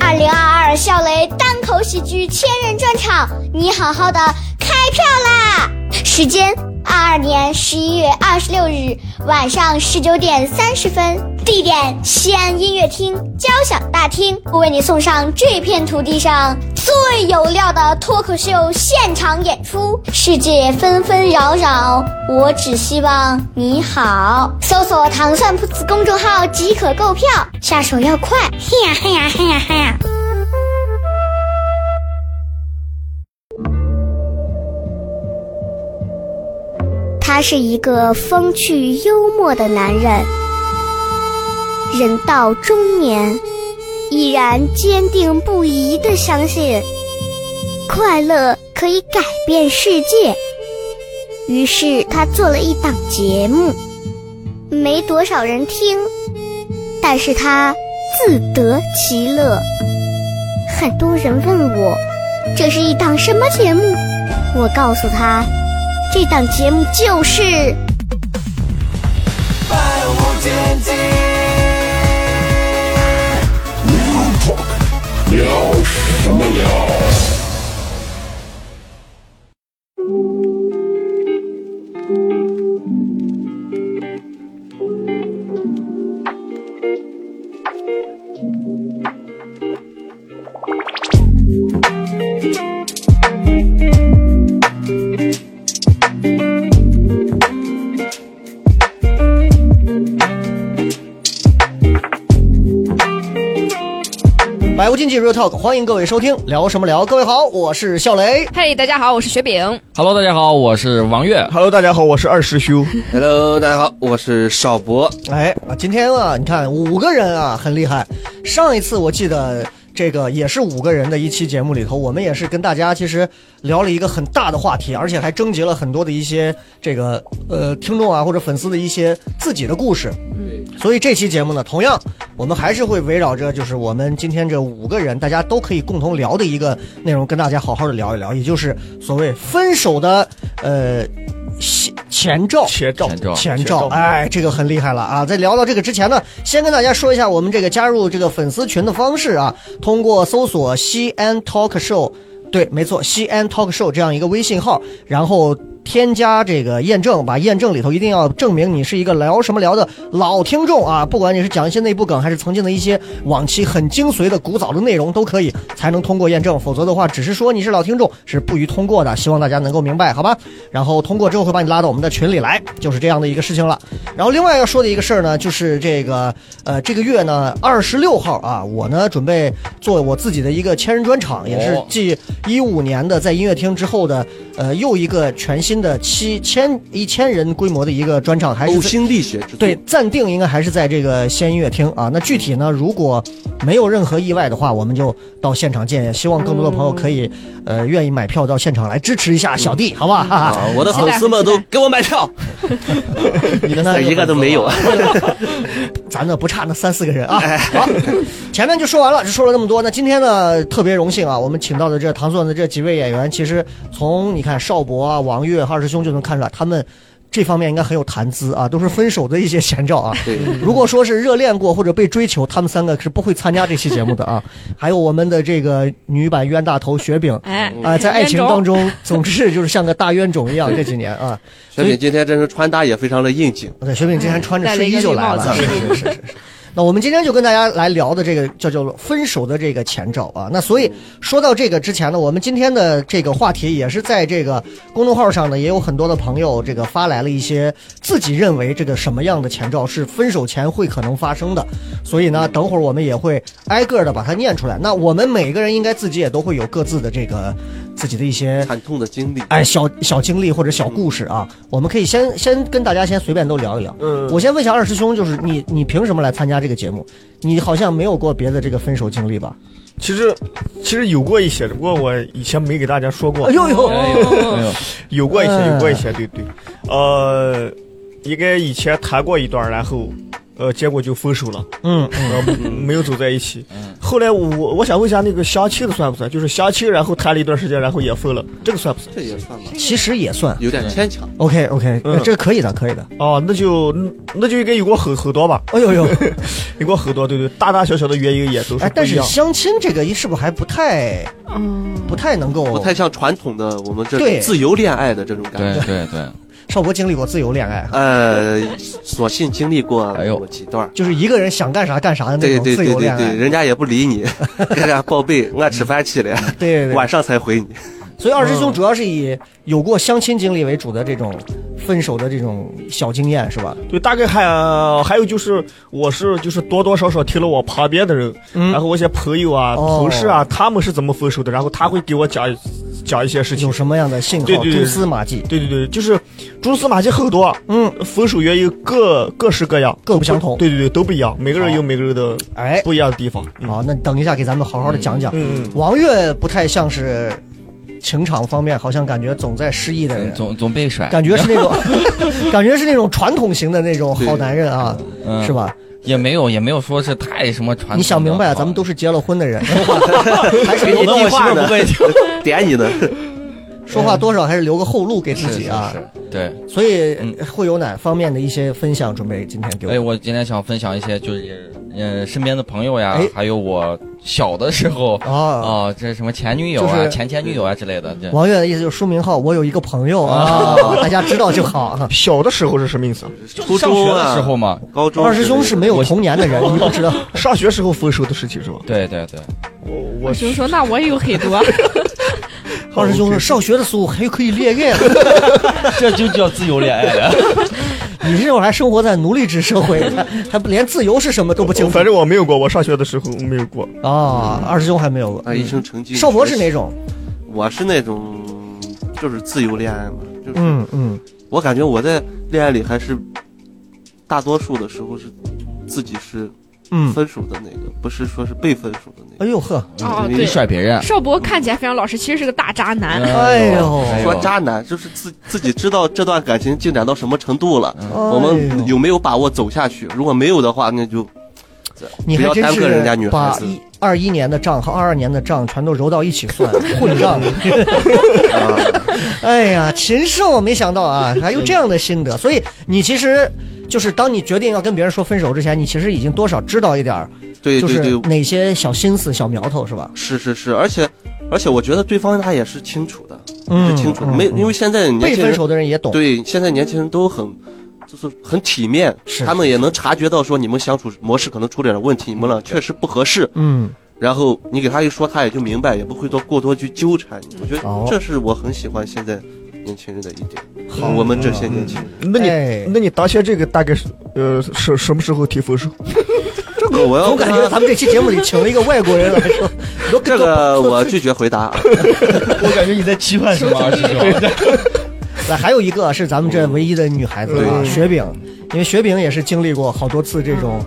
二零二二笑雷单口喜剧千人专场，你好好的开票啦！时间：二二年十一月二十六日晚上十九点三十分，地点：西安音乐厅交响大厅。我为你送上这片土地上最有料的脱口秀现场演出。世界纷纷扰扰，我只希望你好。搜索“糖蒜铺子”公众号即可购票，下手要快！嘿呀嘿呀嘿呀嘿呀！他是一个风趣幽默的男人，人到中年，依然坚定不移地相信快乐可以改变世界。于是他做了一档节目，没多少人听，但是他自得其乐。很多人问我，这是一档什么节目？我告诉他，这档节目就是。百无禁忌。百无禁忌 Real Talk，欢迎各位收听，聊什么聊？各位好，我是笑雷。嘿大家好，我是雪饼。 Hello，大家好，我是王悦。 Hello，大家好，我是二师兄。 Hello，大家好，我是少博。哎，啊今天啊，你看五个人啊，很厉害。上一次我记得这个也是五个人的一期节目里头，我们也是跟大家其实聊了一个很大的话题，而且还征集了很多的一些这个呃听众啊或者粉丝的一些自己的故事。所以这期节目呢，同样我们还是会围绕着就是我们今天这五个人，大家都可以共同聊的一个内容，跟大家好好的聊一聊，也就是所谓分手的呃先 前兆。前兆，前兆前兆，哎，这个很厉害了啊！在聊到这个之前呢，先跟大家说一下我们这个加入这个粉丝群的方式啊，通过搜索西安 Talk Show。对，没错，西安 Talk Show 这样一个微信号，然后添加这个验证，把验证里头一定要证明你是一个聊什么聊的老听众啊，不管你是讲一些内部梗，还是曾经的一些往期很精髓的古早的内容，都可以才能通过验证，否则的话，只是说你是老听众是不予通过的。希望大家能够明白，好吧？然后通过之后会把你拉到我们的群里来，就是这样的一个事情了。然后另外要说的一个事儿呢，就是这个呃，这个月呢二十六号啊，我呢准备做我自己的一个千人专场，也是哦继一五年的在音乐厅之后的呃又一个全新的七千一千人规模的一个专场，还哎是呕在心沥血之作对，，暂定应该还是在这个西安音乐厅啊。那具体呢，如果没有任何意外的话，我们就到现场见。也希望更多的朋友可以，呃，愿意买票到现场来支持一下小弟，好不好？哈 哈啊，我的粉丝们都给我 买票，你跟他一个都没有。咱呢不差那三四个人啊。好，前面就说完了，就说了那么多。那今天呢，特别荣幸啊，我们请到的这唐钻的这几位演员，其实从你看邵博啊、王悦、二师兄就能看出来，他们这方面应该很有谈资啊，都是分手的一些前兆啊。 对，如果说是热恋过或者被追求，他们三个是不会参加这期节目的啊。还有我们的这个女版冤大头雪饼。哎啊、在爱情冤种当中，总是就是像个大冤种一样，这几年啊，小品今天真是穿搭也非常的应景。对，雪饼今天穿着哎戴了睡一衣个就绿来帽了，是子是 是是是。那我们今天就跟大家来聊的这个叫叫做分手的这个前兆啊。那所以说到这个之前呢，我们今天的这个话题也是在这个公众号上呢，也有很多的朋友这个发来了一些自己认为这个什么样的前兆是分手前会可能发生的。所以呢，等会儿我们也会挨个的把它念出来。那我们每个人应该自己也都会有各自的这个自己的一些惨痛的经历，哎，小小经历或者小故事啊，我们可以先先跟大家先随便都聊一聊。嗯，我先问一下二师兄，就是你你凭什么来参加这个节目？你好像没有过别的这个分手经历吧？其实，其实有过一些，不过我以前没给大家说过。哎呦哎呦没有，没有，有过一些，哎有过一些，对对。呃，应该以前谈过一段，然后，呃，结果就分手了，嗯，呃，没有走在一起。后来我我想问一下，那个相亲的算不算？就是相亲，然后谈了一段时间，然后也分了，这个算不算？这也算吧，其实也算。有点牵强。 OK OK，、嗯这可以的，可以的。哦，那就那就应该有过很很多吧，哎呦呦，有过很多，对对，大大小小的原因也都是哎，不但一是样。相亲这个是不是还不太嗯，不太能够？不太像传统的我们这对种自由恋爱的这种感对觉。对对，少博经历过自由恋爱，呃，所幸经历过哎呦几段儿，就是一个人想干啥干啥的那对种对自对由对恋爱。对，人家也不理 你，跟人家报备，我吃饭去了，对对晚上 才回你。所以二师兄主要是以有过相亲经历为主的这种分手的这种小经验是吧？对，大概还、还有就是，我是就是多多少少听了我旁边的人，然后我一些朋友啊、嗯哦同事啊，他们是怎么分手的，然后他会给我讲一讲一些事情有。什么样的信号、对对对蛛丝马迹？对对对，就是蛛丝马迹很多，嗯，分手原因各各式各样，各不相同对对对，都不一样，每个人好有每个人的哎不一样的地方。嗯好，那等一下给咱们好好的讲讲。嗯，王悦不太像是情场方面，好像感觉总在失意的人，嗯总总被甩，感觉是那 种， 感觉是那种传统型的那种好男人啊，嗯是？吧？也没有也没有说是太什么传统的。你想明白了，好咱们都是结了婚的 人，还是有计划的 点你呢。说话多少还是留个后路给自是己啊。是是对，所以会有哪方面的一些分享准备？今天给哎，我我今天想分享一些就是呃身边的朋友呀哎，还有我小的时候啊，啊，这什么前女友就啊、是前前女友啊之类的，这王悦的意思就是书名号，我有一个朋友啊，哦大家知道就 好。小的时候是什么意思啊？初上学中的啊，时候嘛，高中二师兄是没有我童年的人，你不 知道。上学时候分手的事情是吧？对对对，我我我就说那我也有 很多，二师兄说，上学的时候还可以恋爱了，这就叫自由 恋爱了。你这会儿还生活在奴隶制社会， 还还不连自由是什么都不清楚反正我没有过，我上学的时候没有过。啊。二师兄还没有过啊，，一生成绩。嗯少博是哪？种？我是那种就是自由恋爱嘛，就是嗯嗯，我感觉我在恋爱里还是大多数的时候是自己是嗯，分手的那个，不是说是被分手的那哎个。呦呵，哦你对，甩别人，邵博看起来非常老实，其实是个大渣男。哎呦说渣男就是自自己知道这段感情进展到什么程度了，哎我呦们有没有把握走下去？如果没有的话，那就你还不要真耽搁人家女是孩把子一二一年的账和二二年的账全都揉到一起算， 混账！ 哎呀，禽兽，没想到啊，还有这样的心得。所以你其实就是当你决定要跟别人说分手之前，你其实已经多少知道一点儿，对就对是对，哪些小心思、小苗头，是吧？是是是，而且而且我觉得对方他也是清楚的，嗯是清楚的，嗯没嗯因为现在年被轻分人手的人也懂，对，现在年轻人都很，就是很体面，是他们也能察觉到说你们相处模式可能出点问题，你们俩确实不合适。嗯，然后你给他一说，他也就明白，也不会多过多去纠缠你。我觉哦得这是我很喜欢现在年轻人的一点，好我们这些年轻人，那你、哎那你当前这个大概是呃什什么时候提分手？这个我要总感觉咱们这期节目里请了一个外国人来 说，哦这个我拒绝回答。 我感觉你在期盼什么，啊师兄？ 来，还有一个是咱们这唯一的女孩子啊，嗯对雪饼，因为雪饼也是经历过好多次这种，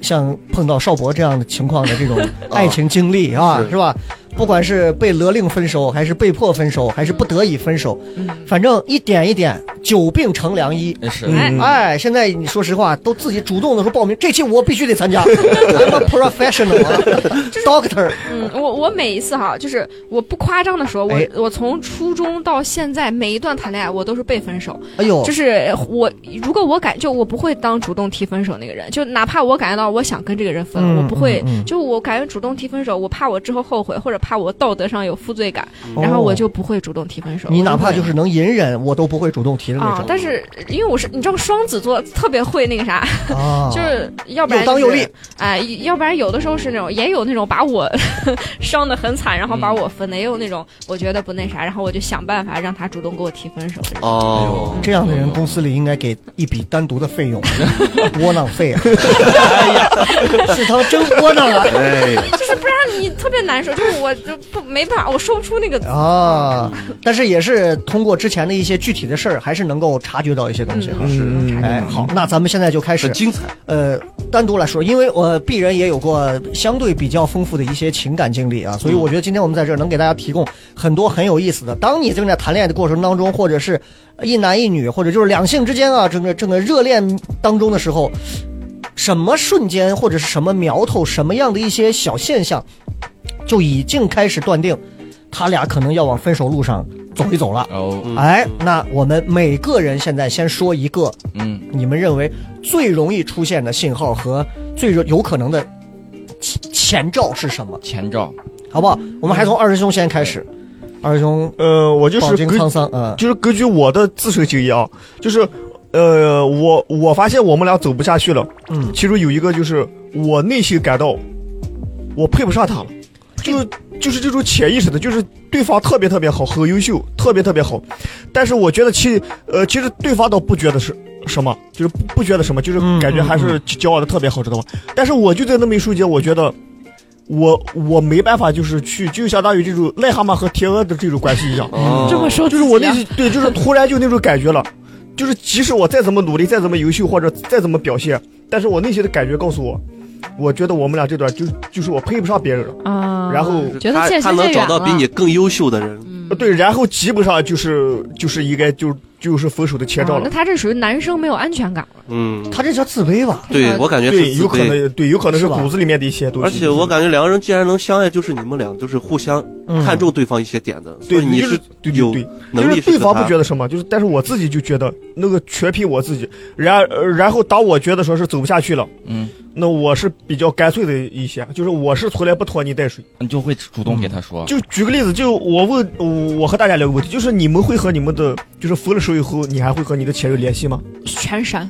像碰到邵博这样的情况的这 种爱情经历啊，啊是是吧？不管是被勒令分手，还是被迫分手，还是不得已分手，反正一点一点，久病成良医。是哎，嗯嗯哎，现在你说实话，都自己主动的说报名，这期我必须得 参加，I'm a professional 啊 doctor。嗯，我我每一次哈，就是我不夸张的说，我哎我从初中到现在每一段谈恋爱，我都是被分手。哎呦就，是我如果我感就我不会当主动提分手那个人，就哪怕我感觉到我想跟这个人分，嗯我不会，嗯嗯就我感觉主动提分手，我怕我之后后悔，或者怕我道德上有负罪感，然后我就不会主动提分手。哦你我哪不怕会就是能隐忍，我都不会主动提的那啊种，。但是因为我是你知道双子座特别会那个啥，啊，就是要不然、又当又立，哎、要不然有的时候是那种，也有那种把我 伤的很惨，然后把我分的，也有那种我觉得不那啥，然后我就想办法让他主动给我提分手。哦，这样的人，公司里应该给一笔单独的费用，啊窝囊费啊！是他真窝囊啊！哎，就是不然你特别难受，就是我就不没办法，我说不出那个。啊，但是也是通过之前的一些具体的事儿，还是能够察觉到一些东西。是嗯哎，好，那咱们现在就开始很精彩。呃，单独来说，因为我鄙人也有过相对比较丰富的一些情感经历啊，所以我觉得今天我们在这儿能给大家提供很多很有意思的。当你正在谈恋爱的过程当中，或者是一男一女，或者就是两性之间啊，整个整个热恋当中的时候，什么瞬间或者是什么苗头，什么样的一些小现象，就已经开始断定，他俩可能要往分手路上走一走了。然后嗯哎，那我们每个人现在先说一个嗯，你们认为最容易出现的信号和最有可能的前前兆是什么，前兆，好不好？我们还从二师兄先开始，二师兄呃，我就饱是经根沧桑，嗯就是根据我的自身经验啊，就是呃，我我发现我们俩走不下去了，嗯，其中有一个就是我内心感到我配不上他了，就是就是这种潜意识的，就是对方特别特别好，很优秀，特别特别好，但是我觉得其呃其实对方倒不觉得是。什么就是不不觉得什么，就是嗯感觉还是交往的特别好，知道吧？但是我就在那么一瞬间，我觉得我我没办法，就是去就相当于这种癞蛤蟆和天鹅的这种关系一样，哎哦这么说就是我那是对，就是突然就那种感觉了，就是即使我再怎么努力，再怎么优秀，或者再怎么表现，但是我内心的感觉告诉我，我觉得我们俩这段就就是我配不上别人了。啊，然后就是觉得他渐他啊行能渐找远到了。比你更优秀的人，啊嗯呃对，然后基本上就是就是应该就就是分手的前兆哦那了。他这属于男生没有安全感了。嗯，他这叫自卑吧？对我感觉是对，自有可卑。能，对，有可能是是吧骨子里面的一些东西。而且我感觉两个人既然能相爱，就是你们俩就是互相嗯看重对方一些点的，所对，以你就是是对对有对，能力就是对是方不他觉得什么，就是但是我自己就觉得那个全凭我自己。然呃然后当我觉得说是走不下去了，嗯，那我是比较干脆的一些，就是我是从来不拖泥带水。你就会主动给他说，啊就举个例子，就我问我我和大家聊个问题，就是你们会和你们的就是分了手以后，你还会和你的前任联系吗？全删，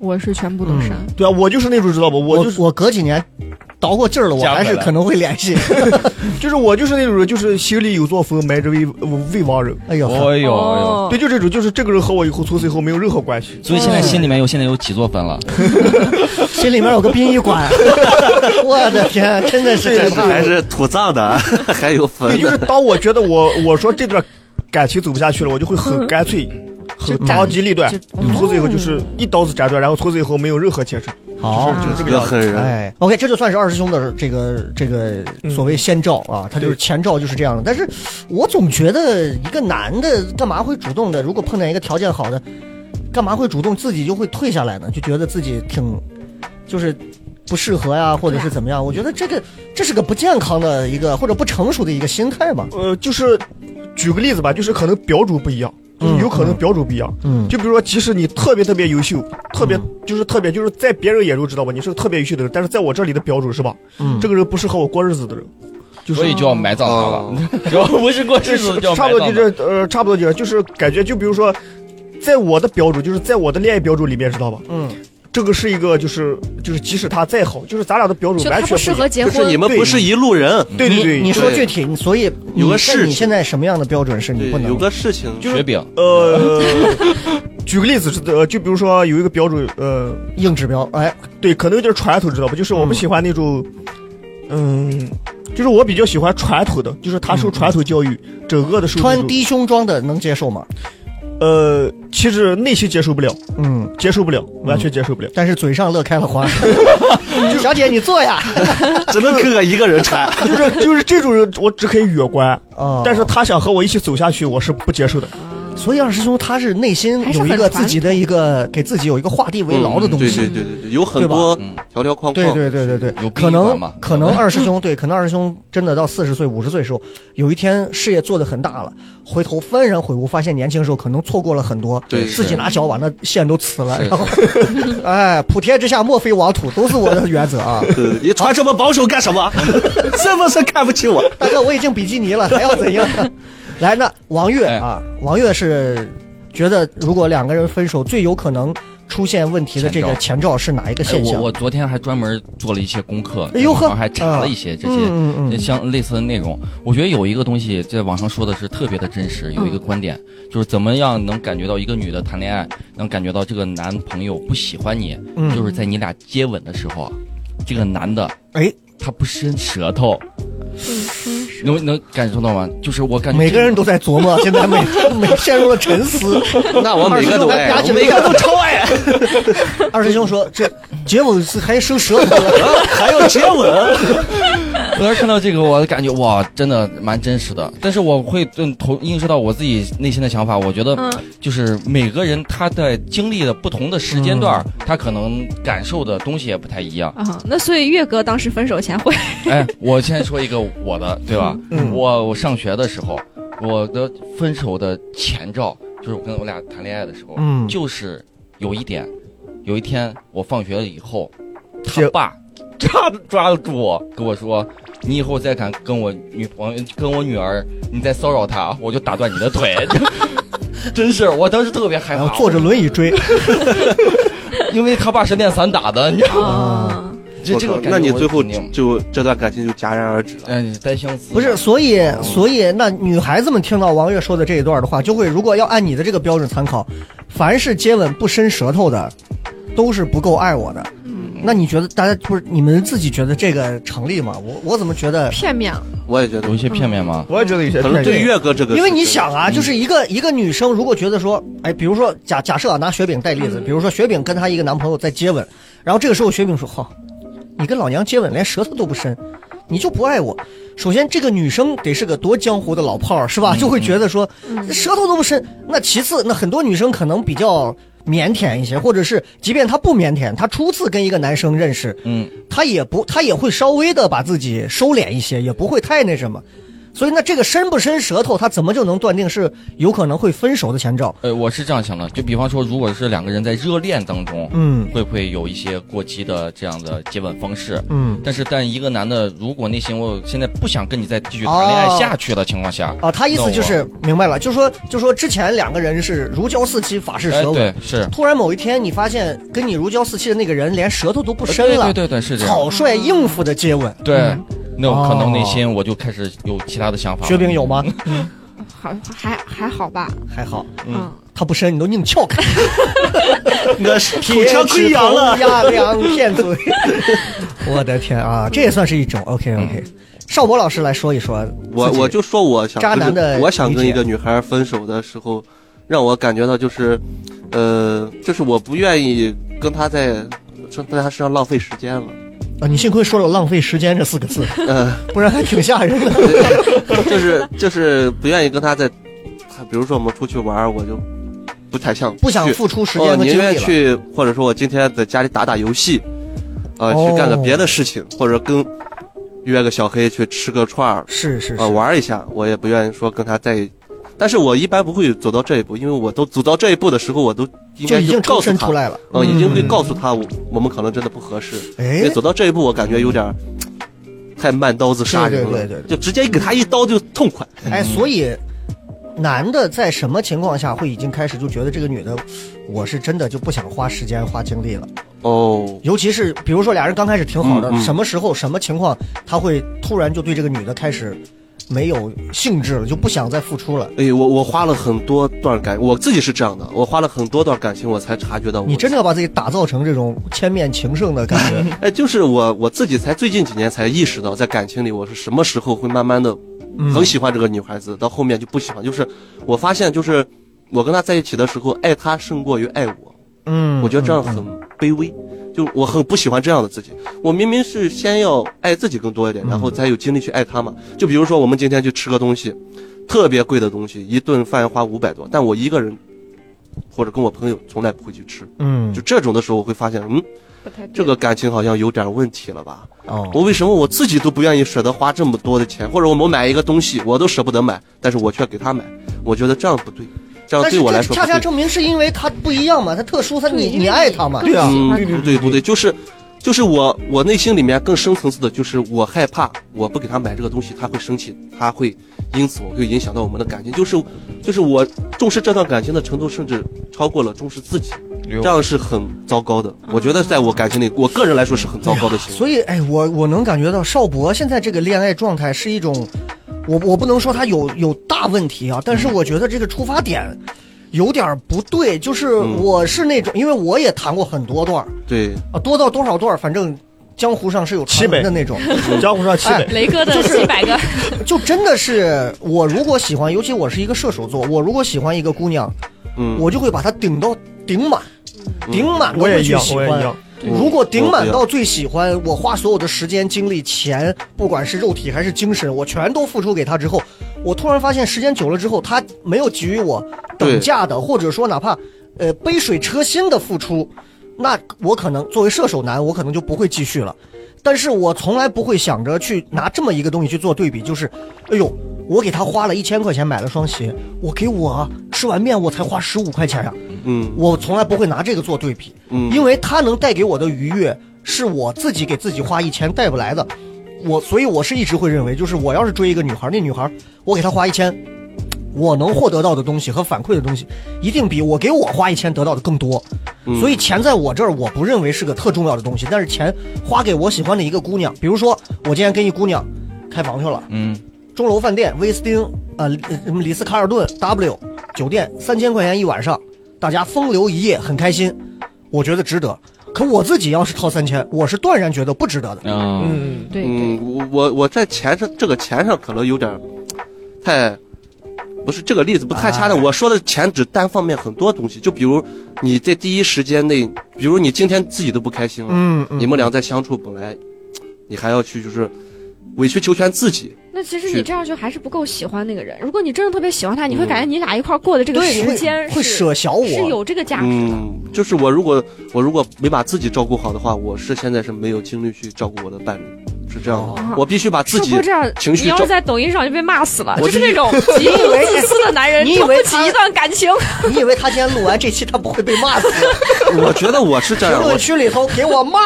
我是全部都删。对啊，我就是那种知道吧，我我就是我隔几年倒过劲儿了，我加回还来是可能会联系。就是我就是那种人，就是心里有座坟，埋着未未亡人。 哎呦，哦呦，哎呦，哦对，，就这种，就是这个人和我以后从此以后没有任何关 系。所以现在心里面有现在有几座坟了？心里面有个殡仪馆， 我的天，真的是这害是怕还是土葬的， 还有坟对，就是的，当我觉得我我说这段感情走不下去了，我就会很干脆。很就当机立断，就从此以后哦就是一刀子斩断，然后从此以后没有任何牵扯。好。就是这个要样子。狠人。哎，OK，这就算是二师兄的这个这个嗯所谓先兆啊，他就是前兆就是这样的。但是我总觉得一个男的干嘛会主动的？如果碰见一个条件好的，干嘛会主动自己就会退下来呢？就觉得自己挺就是不适合呀，或者是怎么样？我觉得这个这是个不健康的一个或者不成熟的一个心态吧。呃，就是举个例子吧，就是可能标准不一样，就是有可能标准不一样。嗯，就比如说，即使你特别特别优秀，特别就是特别就是在别人眼中知道吧，你是个特别优秀的人，但是在我这里的标准是吧，嗯这个人不适合我过日子的人，就是啊哦所以就要埋葬他 了，只要不是过日子就要差埋不多葬他。就这呃，差不多就是就是感觉就比如说，在我的标准就是在我的恋爱标准里面知道吧，嗯，这个是一个就是就是即使他再好，就是咱俩的标准就完他不全一适样合结就是婚你，们不是一路人，对对对，你你就说具体，所以你有个现事你情现在什么样的标准是你对不，能有？个事情就是雪饼，呃， 举个例子，呃，就比如说有一个标准，呃，硬指标，哎，对，可能有点传统，知道吧？就是我们喜欢那种，嗯，就是我比较喜欢传统的，就是他受传统教育，整个的受穿那种，低胸装的能接受吗？呃，其实内心接受不了，嗯，接受不了，完全接受不了。但是嘴上乐开了 花。小姐，你坐呀。只能哥哥一个人穿。就是就是这种人，我只可以远观，啊但是他想和我一起走下去，我是不接受的。所以二师兄他是内心有一个自己的一个给自己有一个画地为牢的东对西。嗯对对对对，有很嗯多对吧嗯条条框框。对对对对对有可殡仪能馆嘛嗯可能二师兄对，可能二师兄真的到四十岁、五十岁的时候，有一天事业做得很大了，回头幡然悔悟，发现年轻时候可能错过了很多，对自己是拿脚把那线都刺了，是然后，哎，普天之下莫非王土，都是我的原则啊。对嗯对，你穿这么保守干什么？是不是看不起我？大哥，我已经比基尼 了，还要怎样？来，那王哎月啊，王月是觉得如果两个人分手，最有可能出现问题的这个前兆是哪一个哎现我象？我昨天还专门做了一些功课，哎呦呵然后还查了一些这些嗯嗯嗯像类似的内容，我觉得有一个东西在网上说的是特别的真实，有嗯一个观点就是怎么样能感觉到一个女的谈恋爱，能感觉到这个男朋友不喜欢你，嗯就是在你俩接吻的时候，啊这个男的哎，他不伸舌头，能能感受到吗？就是我感觉每个人都在琢 磨，现在每每陷入了沉思。那我每个都 爱，二我师兄每个都超 爱， 二师兄说：“这结吻是还生舌头了，还要接吻。我要是看到这个，我感觉哇，真的蛮真实的。但是我会嗯投映射到我自己内心的想法，我觉得嗯，就是每个人他在经历的不同的时间嗯段儿，他可能感受的东西也不太一 样。啊，那所以岳哥当时分手前会，哎，我先说一个我的，对吧？嗯我我上学的时候，我的分手的前兆就是我跟我俩谈恋爱的时候，嗯就是有一点，有一天我放学了以后，他姐爸 抓抓住我，跟我说：“你以后再敢跟我女朋友、跟我女儿，你再骚扰她，我就打断你的腿。” 真是，我当时特别害然怕，后坐着轮椅追，因为他爸是练散打的，你知道吗？ 啊，这我这个靠感觉那你我最后肯定就这段感情就戛然而止哎了。嗯，单相思不是，所以所以那女孩子们听到王悦说的这一段的话，就会如果要按你的这个标准参考，凡是接吻不伸舌头的，都是不够爱我的。那你觉得大家不是你们自己觉得这个成立吗？我我怎么觉得？片啊面了，我也觉得有一，些片面吗？我也觉得有些可能对岳哥这个，因为你想，啊，就是一个一个女生，如果觉得说，哎，比如说假假设啊，拿雪饼带例子，比如说雪饼跟她一个男朋友在接吻，然后这个时候雪饼说，哈、你跟老娘接吻连舌头都不伸，你就不爱我。首先，这个女生得是个多江湖的老炮儿，是吧？就会觉得说，嗯舌头都不伸。那其次，那很多女生可能比较腼腆一些，或者是即便她不腼腆，她初次跟一个男生认识，嗯，她也不，她也会稍微的把自己收敛一些，也不会太那什么。所以，那这个伸不伸舌头，她怎么就能断定是有可能会分手的前兆？呃，我是这样想的，就比方说，如果是两个人在热恋当中，嗯会不会有一些过激的这样的接吻方式？嗯，但是，但一个男的如果内心我现在不想跟你再继续谈恋爱下去的情况下，啊，她意思就是明白了，就说就说之前两个人是如胶似漆，法式哎，舌吻。对，是，突然某一天，你发现跟你如胶似漆的那个人连舌头都不对伸了呃对，对对，是这样，草率应付的接吻。对，那我可能哦内心我就开始有其他的想法。雪饼有吗？好还还好吧，还好，嗯，他不伸，你都硬撬 开。我是土墙溃疡了。压两片嘴。 我的天啊，这也算是一种。OK OK，邵嗯博老师来说一说啊自己，我我就说我想渣男的就是我想跟理解一个女孩分手的时候，让我感觉到就是，呃，就是我不愿意跟她在在她身上浪费时间了，啊，你幸亏说了“浪费时间”这四个字，嗯。不然还挺吓人的。 就是就是不愿意跟他在，比如说我们出去玩儿，我就不太想不想去付出时哦间和宁精愿力了。去，或者说我今天在家里打打游戏，啊、哦去干个别的事情，或者跟约个小黑去吃个串儿，是是啊、是，玩儿一下，我也不愿意说跟他在一。但是我一般不会走到这一步，因为我都走到这一步的时候，我都应就该已经告抽诉身他出，来了。嗯，已经会嗯告诉他我我们可能真的不合适。因哎为，走到这一步，我感觉有点儿太慢刀子杀人了，对对对对就直接给他一刀就痛快。哎，所以男的在什么情况下会已经开始就觉得这个女的，我是真的就不想花时间花精力了？哦，尤其是比如说俩人刚开始挺好的，嗯嗯什么时候什么情况，他会突然就对这个女的开始没有兴致了，就不想再付出了。哎，我我花了很多段感，我自己是这样的，我花了很多段感情，我才察觉到我你真的要把自己打造成这种千面情圣的感觉， 哎，就是我我自己才最近几年才意识到，在感情里我是什么时候会慢慢的嗯很喜欢这个女孩子，到后面就不喜欢。就是我发现，就是我跟她在一起的时候，爱她胜过于爱我，嗯，我觉得这样很卑微。就我很不喜欢这样的自己，我明明是先要爱自己更多一点，嗯然后才有精力去爱她嘛。就比如说我们今天去吃个东西，特别贵的东西，一顿饭花五百多，但我一个人或者跟我朋友从来不会去吃。嗯，就这种的时候，我会发现，嗯，不太对这个感情好像有点问题了吧？哦，我为什么我自己都不愿意舍得花这么多的钱，或者我们买一个东西我都舍不得买，但是我却给他买，我觉得这样不对，这样但对是我来这说恰恰不对，证明是因为他不一样嘛，他特殊，他对你因为你爱他嘛，对啊喜嗯，欢对他不对不对，就是。就是我，我内心里面更深层次的，就是我害怕，我不给他买这个东西，他会生气，他会，因此我会影响到我们的感情。就是，就是我重视这段感情的程度，甚至超过了重视自己，这样是很糟糕的。我觉得在我感情里，我个人来说是很糟糕的行为。所以，哎，我我能感觉到邵博现在这个恋爱状态是一种，我我不能说他有有大问题啊，但是我觉得这个出发点有点儿不对，就是嗯我是那种，因为我也谈过很多段儿对，啊，多到多少段儿，反正江湖上是有传闻的那种，江湖上七哎北，雷哥的几百个，就真的是我如果喜欢，尤其我是一个射手座，我如果喜欢一个姑娘，嗯，我就会把她顶到顶满，顶满都我也会一去样，喜我也一欢样。。嗯如果顶满我到最喜欢，我花所有的时间、精力、钱，不管是肉体还是精神，我全都付出给他之后，我突然发现时间久了之后，他没有给予我等价的，或者说哪怕呃杯水车薪的付出，那我可能作为射手男，我可能就不会继续了。但是我从来不会想着去拿这么一个东西去做对比，就是，哎呦，我给他花了一千块钱买了双鞋，我给我吃完面我才花十五块钱呀、嗯我从来不会拿这个做对比，嗯因为它能带给我的愉悦是我自己给自己花一千带不来的，我所以我是一直会认为，就是我要是追一个女孩，那女孩我给她花一千，我能获得到的东西和反馈的东西，一定比我给我花一千得到的更多，嗯所以钱在我这儿我不认为是个特重要的东西，但是钱花给我喜欢的一个姑娘，比如说我今天跟一姑娘开房去了。嗯，钟楼饭店、威斯汀、呃、什么里斯卡尔顿 W 酒店，三千块钱一晚上，大家风流一夜，很开心，我觉得值得。可我自己要是掏三千，我是断然觉得不值得的。嗯，嗯， 对对，嗯，我我我在钱上这个钱上可能有点儿太，不是这个例子不啊太恰当。我说的钱指单方面很多东西，就比如你在第一时间内，比如你今天自己都不开心了，嗯嗯你们俩在相处本来，你还要去就是委曲求全自己，那其实去你这样就还是不够喜欢那个人。如果你真的特别喜欢他，你会嗯感觉你俩一块儿过的这个对时间会会是舍小是我。有这个价值的。嗯，就是我如果我如果没把自己照顾好的话，我是现在是没有精力去照顾我的伴侣，是这样的，哦我必须把自说己不这样，情绪你要照是在抖音上就被骂死了，我就是就那 种极度自私的男人，你以撑为不起他一段感情。 你以为他今天录完这期，他不会被骂死？我觉得我是 这评样，我论区里头给我骂。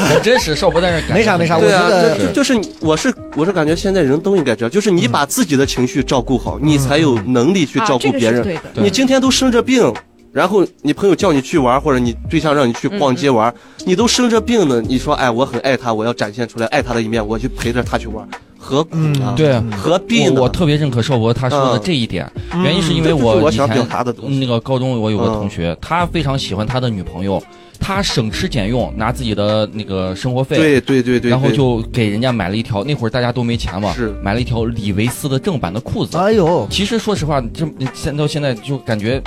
很真实，少博在这儿嗯没啥没啥对啊我觉得，就就就是你我是我是感觉现在人都应该这样，就是嗯你把自己的情绪照顾好，你才有能力去啊照顾这个别是人。对的对你今天都生着病，然后你朋友叫你去玩，或者你对象让你去嗯逛街玩，你都生着病呢，你说哎，我很爱他，我要展现出来爱他的一面，我去陪着他去玩，何苦嗯呢？嗯对，何必嗯呢？我我特别认可邵博他说的这一点，嗯原因是因为这就是我以想前表达的东西那个高中我有个嗯同学，他非常喜欢他的女朋友，他省吃俭用拿自己的那个生活费，对对对对，然后对就给人家买了一条，那会儿大家都没钱嘛，是啊买了一条李维斯的正版的裤子。哎呦，其实说实话，这现到现在就感觉。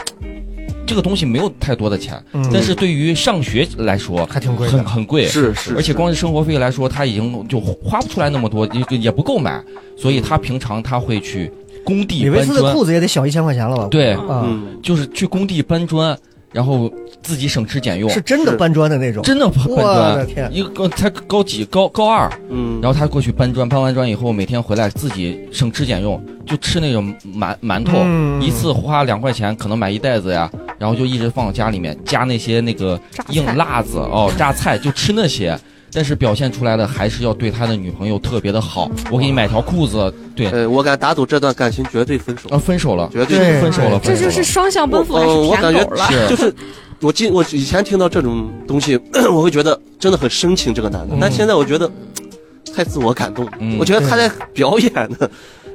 这个东西没有太多的钱，嗯但是对于上学来说还挺贵的很很贵，是是，而且是光是生活费来说，他已经就花不出来那么多，也也不够买，所以他平常他会去工地李维搬斯的砖裤，子也得小一千块钱了吧？对，啊，嗯，就是去工地搬砖，然后自己省吃俭用，是真的搬砖的那种。真的搬我的搬天砖，一个才高几高高二，嗯，然后他过去搬砖，搬完砖以后每天回来自己省吃俭用，就吃那种馒馒头，嗯一次花两块钱，可能买一袋子呀，然后就一直放到家里面，加那些那个榨菜 硬辣子哦，榨菜就吃那些。但是表现出来的还是要对他的女朋友特别的好。我给你买条裤子，对，呃，我敢打赌这段感情绝对分手啊，，分手了，绝对分手了，这分手就了是双向奔赴还我呃是哦我舔感觉狗了？ 是就是我今我以前听到这种东西， 我会觉得真的很深情这个男的，但现在我觉得太自我感动了，嗯我觉得他在表演呢。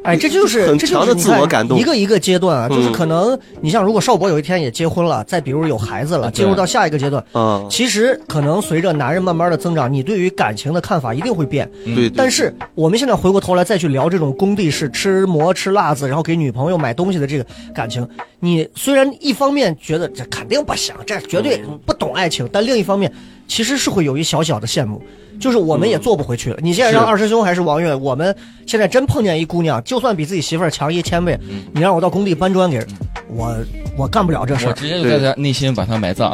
哎，这就是很这就是强的你自看我感动一个一个阶段啊，就是嗯可能你像如果邵博有一天也结婚了，再比如有孩子了，对进入到下一个阶段，啊，其实可能随着男人慢慢的增长，你对于感情的看法一定会变。嗯对，对但是我们现在回过头来再去聊这种工地是吃馍吃辣子，然后给女朋友买东西的这个感情，你虽然一方面觉得这肯定不行，这绝对嗯不懂爱情，但另一方面其实是会有一小小的羡慕，就是我们也做不回去了。你现在让是二师兄还是王悦，我们现在真碰见一姑娘，就算比自己媳妇儿强一千倍，嗯你让我到工地搬砖给人，我我干不了这事我儿，直接就在他内心把他埋葬。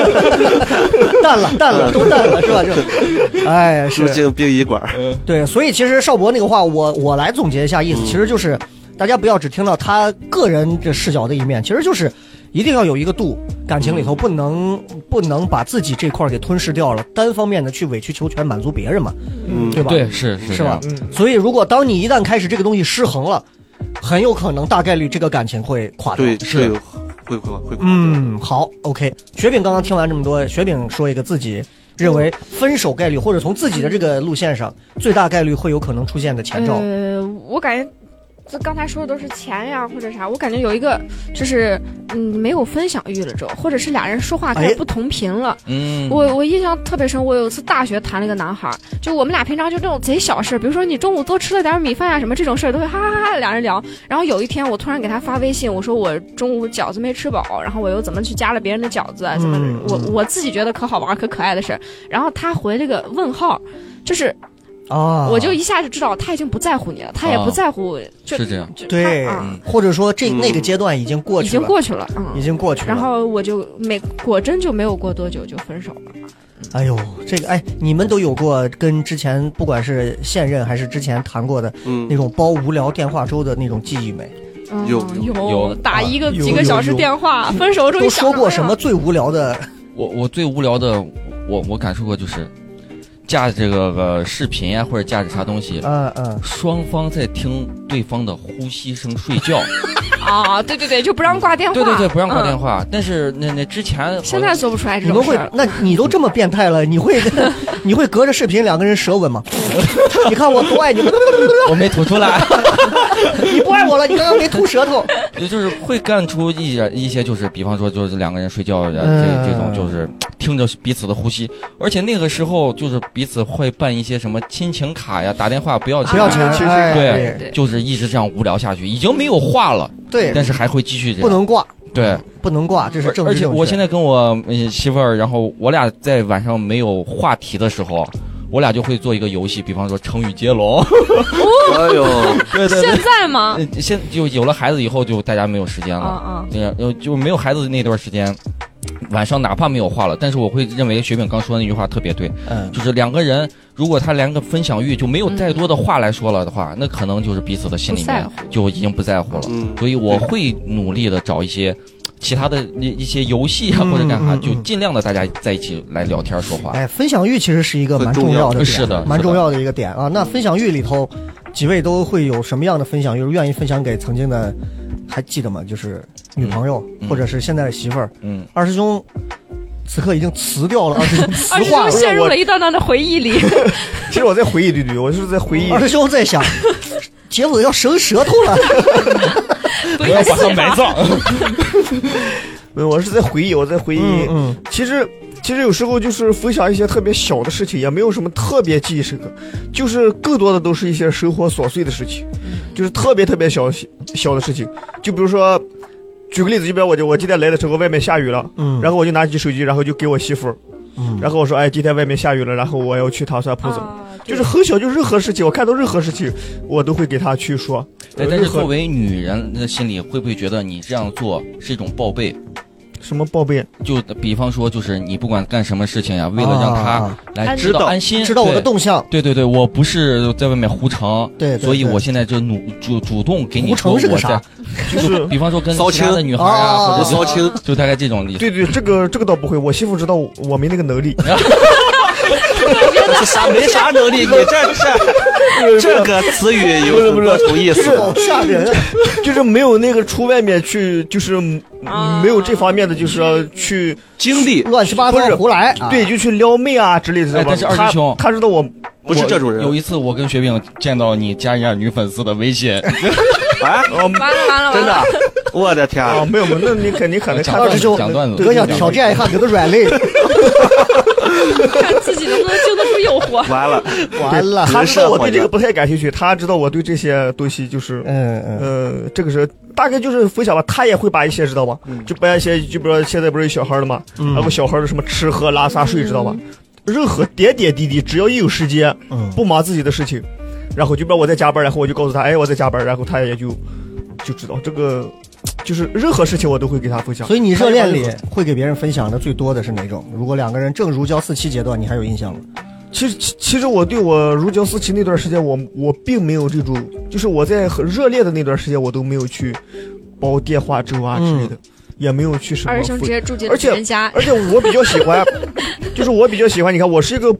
淡了淡了都淡了是吧？就， 哎是住。进殡仪馆，呃对，所以其实邵博那个话，我我来总结一下意思，其实就是大家不要只听到他个人这视角的一面，其实就是一定要有一个度，感情里头不能不能把自己这块儿给吞噬掉了，单方面的去委曲求全满足别人嘛，嗯，对吧？ 对，是是是吧这样？嗯所以如果当你一旦开始这个东西失衡了，很有可能大概率这个感情会垮掉。对，是对会会会会，嗯，好，OK。雪饼刚刚听完这么多，雪饼说一个自己认为分手概率，或者嗯从自己的这个路线上最大概率会有可能出现的前兆。呃，我感觉这刚才说的都是钱呀或者啥，我感觉有一个就是嗯没有分享欲了之后，或者是俩人说话开哎始不同频了。嗯，我我印象特别深，我有一次大学谈了一个男孩儿，就我们俩平常就这种贼小事，比如说你中午多吃了点米饭呀、什么这种事儿，都会哈哈哈哈俩人聊。然后有一天我突然给他发微信，我说我中午饺子没吃饱，然后我又怎么去夹了别人的饺子啊，怎么、嗯我我自己觉得可好玩儿可可爱的事儿。然后他回了个问号，就是啊，我就一下就知道他已经不在乎你了，他也啊不在乎，就是这样，就对他啊，或者说这嗯那个阶段已经过已去经了，过去了，嗯已。经过去了。然，后我就没果真就没有过多久就分手了。哎呦，这个哎，你们都有过跟之前不管是现任还是之前谈过的嗯那，种煲无聊电话粥的那种记忆没？嗯有有有打一个有几个小时有有电话，分手终于都想说过到什了么？最无聊 的？我我最无聊的，我我感受过就是，架着这个、呃、视频呀、或者架着啥东西，嗯嗯，双方在听对方的呼吸声睡觉。啊？对对对，就不让挂电话。对对对，不让挂电话。话。但是那那之前好嗯现在做不出来这你种们事会儿？那你都这么变态了，你会 你会隔着视频两个人舌吻吗？ 你看我多爱你们， 我没吐出来，你不爱我了，你刚刚没吐舌头。也就是会干出一些一些就是，比方说就是两个人睡觉，然嗯后这这种就是听着彼此的呼吸，而且那个时候就是彼此会办一些什么亲情卡呀，打电话不要钱，不要啊钱，其实哎对对就是一直这样无聊下去，已经没有话了，对但对，是还会继续这不样。能挂，对，不能挂，这是而正而治且正我确现在跟我呃媳妇儿，然后我俩在晚上没有话题的时候，我俩就会做一个游戏，比方说成语接龙，哎呦，对 对对现在吗？呃，现就有了孩子以后，就大家没有时间啊了。啊！对呀，呃，就没有孩子那段时间，晚上哪怕没有话了，但是我会认为雪饼刚说的那句话特别对，嗯就是两个人如果他连个分享欲就没有再多的话来说了的话，那可能就是彼此的心里不在面乎就已经不在乎了。嗯所以我会努力的找一些其他的一一些游戏啊嗯或者干嗯啥，嗯就尽量的大家在一起来聊天说话。哎，分享欲其实是一个蛮很重重要的要点，是的蛮是的重要的一个点啊。那分享欲里头，几位都会有什么样的分享欲？愿意分享给曾经的，还记得吗？就是女朋友，嗯或者是现在的媳妇儿。嗯，二师兄此刻已经辞掉了，二师兄辞二师化了。兄陷入了一段段的回忆里。其实我在回忆捋捋，我就是在回忆二师兄在想，杰子要折舌头了。不要把它 啊埋葬。 没有，我是在回忆，我在回忆。嗯嗯其实，其实有时候就是分享一些特别小的事情，也没有什么特别记忆深刻，就是更多的都是一些生活琐碎的事情，就是特别特别小小的事情。就比如说，举个例子，就比如我就我今天来的时候外面下雨了，嗯，然后后我就拿起手机，然后就给我媳妇儿，嗯然后我说，哎，今天外面下雨了，然后我要去唐山铺子。啊对就是很小，就是任何事情，我看到任何事情，我都会给她去说。哎呃但是任何作为女人的心里，会不会觉得你这样做是一种报备？什么宝贝，就比方说，就是你不管干什么事情呀、为了让他啊来知道安心，知道我的对动向，对对对，我不是在外面胡成，对对所以对我现在就努主主动给你胡说成我是个在啥？？就是比方说跟骚其他青的女孩啊，哦或我者骚青，就大概这种例子。对对，这个这个倒不会，我媳妇知道我我没那个能力。这啥没啥能力，你这 这这个词语有很多种意思。好吓人啊！ 就是没有那个出外面去，就是嗯啊没有这方面的，就是说去经历乱七八糟不是胡来啊！对，就去撩妹啊之类的，知道吧但是二师兄他他知道我不是这种人有一次我跟雪饼见到你加人家女粉丝的微 信，啊，完了完了完真了！ 的，我的天！哦啊，没有没有，那你肯定可能看讲二到师段是子兄讲段子，哥想挑战一下你的软肋，看自己能不能经得住诱 惑。完了，完了。他知道我对这人设毁个了不太感兴趣，他知道我对这些东西就是。嗯嗯。呃，这个是大概就是分享吧，他也会把一些知道吧，就把一些就比如说现在不是有小孩了嘛，嗯然后小孩的什么吃喝拉撒睡知道吧，任何点点滴滴，只要一有时间，嗯不忙自己的事情，然后就比如我在加班，然后我就告诉他，哎，我在加班，然后他也就就知道这个，就是任何事情我都会给他分享。所以你热恋里他也会会给别人分享的最多的是哪种？如果两个人正如胶似漆阶段，你还有印象吗？其实其其实我对我如胶似漆那段时间，我我并没有这种，就是我在很热烈的那段时间，我都没有去煲电话粥啊之类的，也没有去什么二分。师兄直接住进而了且人家，而且我比较喜欢，就是我比较喜欢，你看我是一个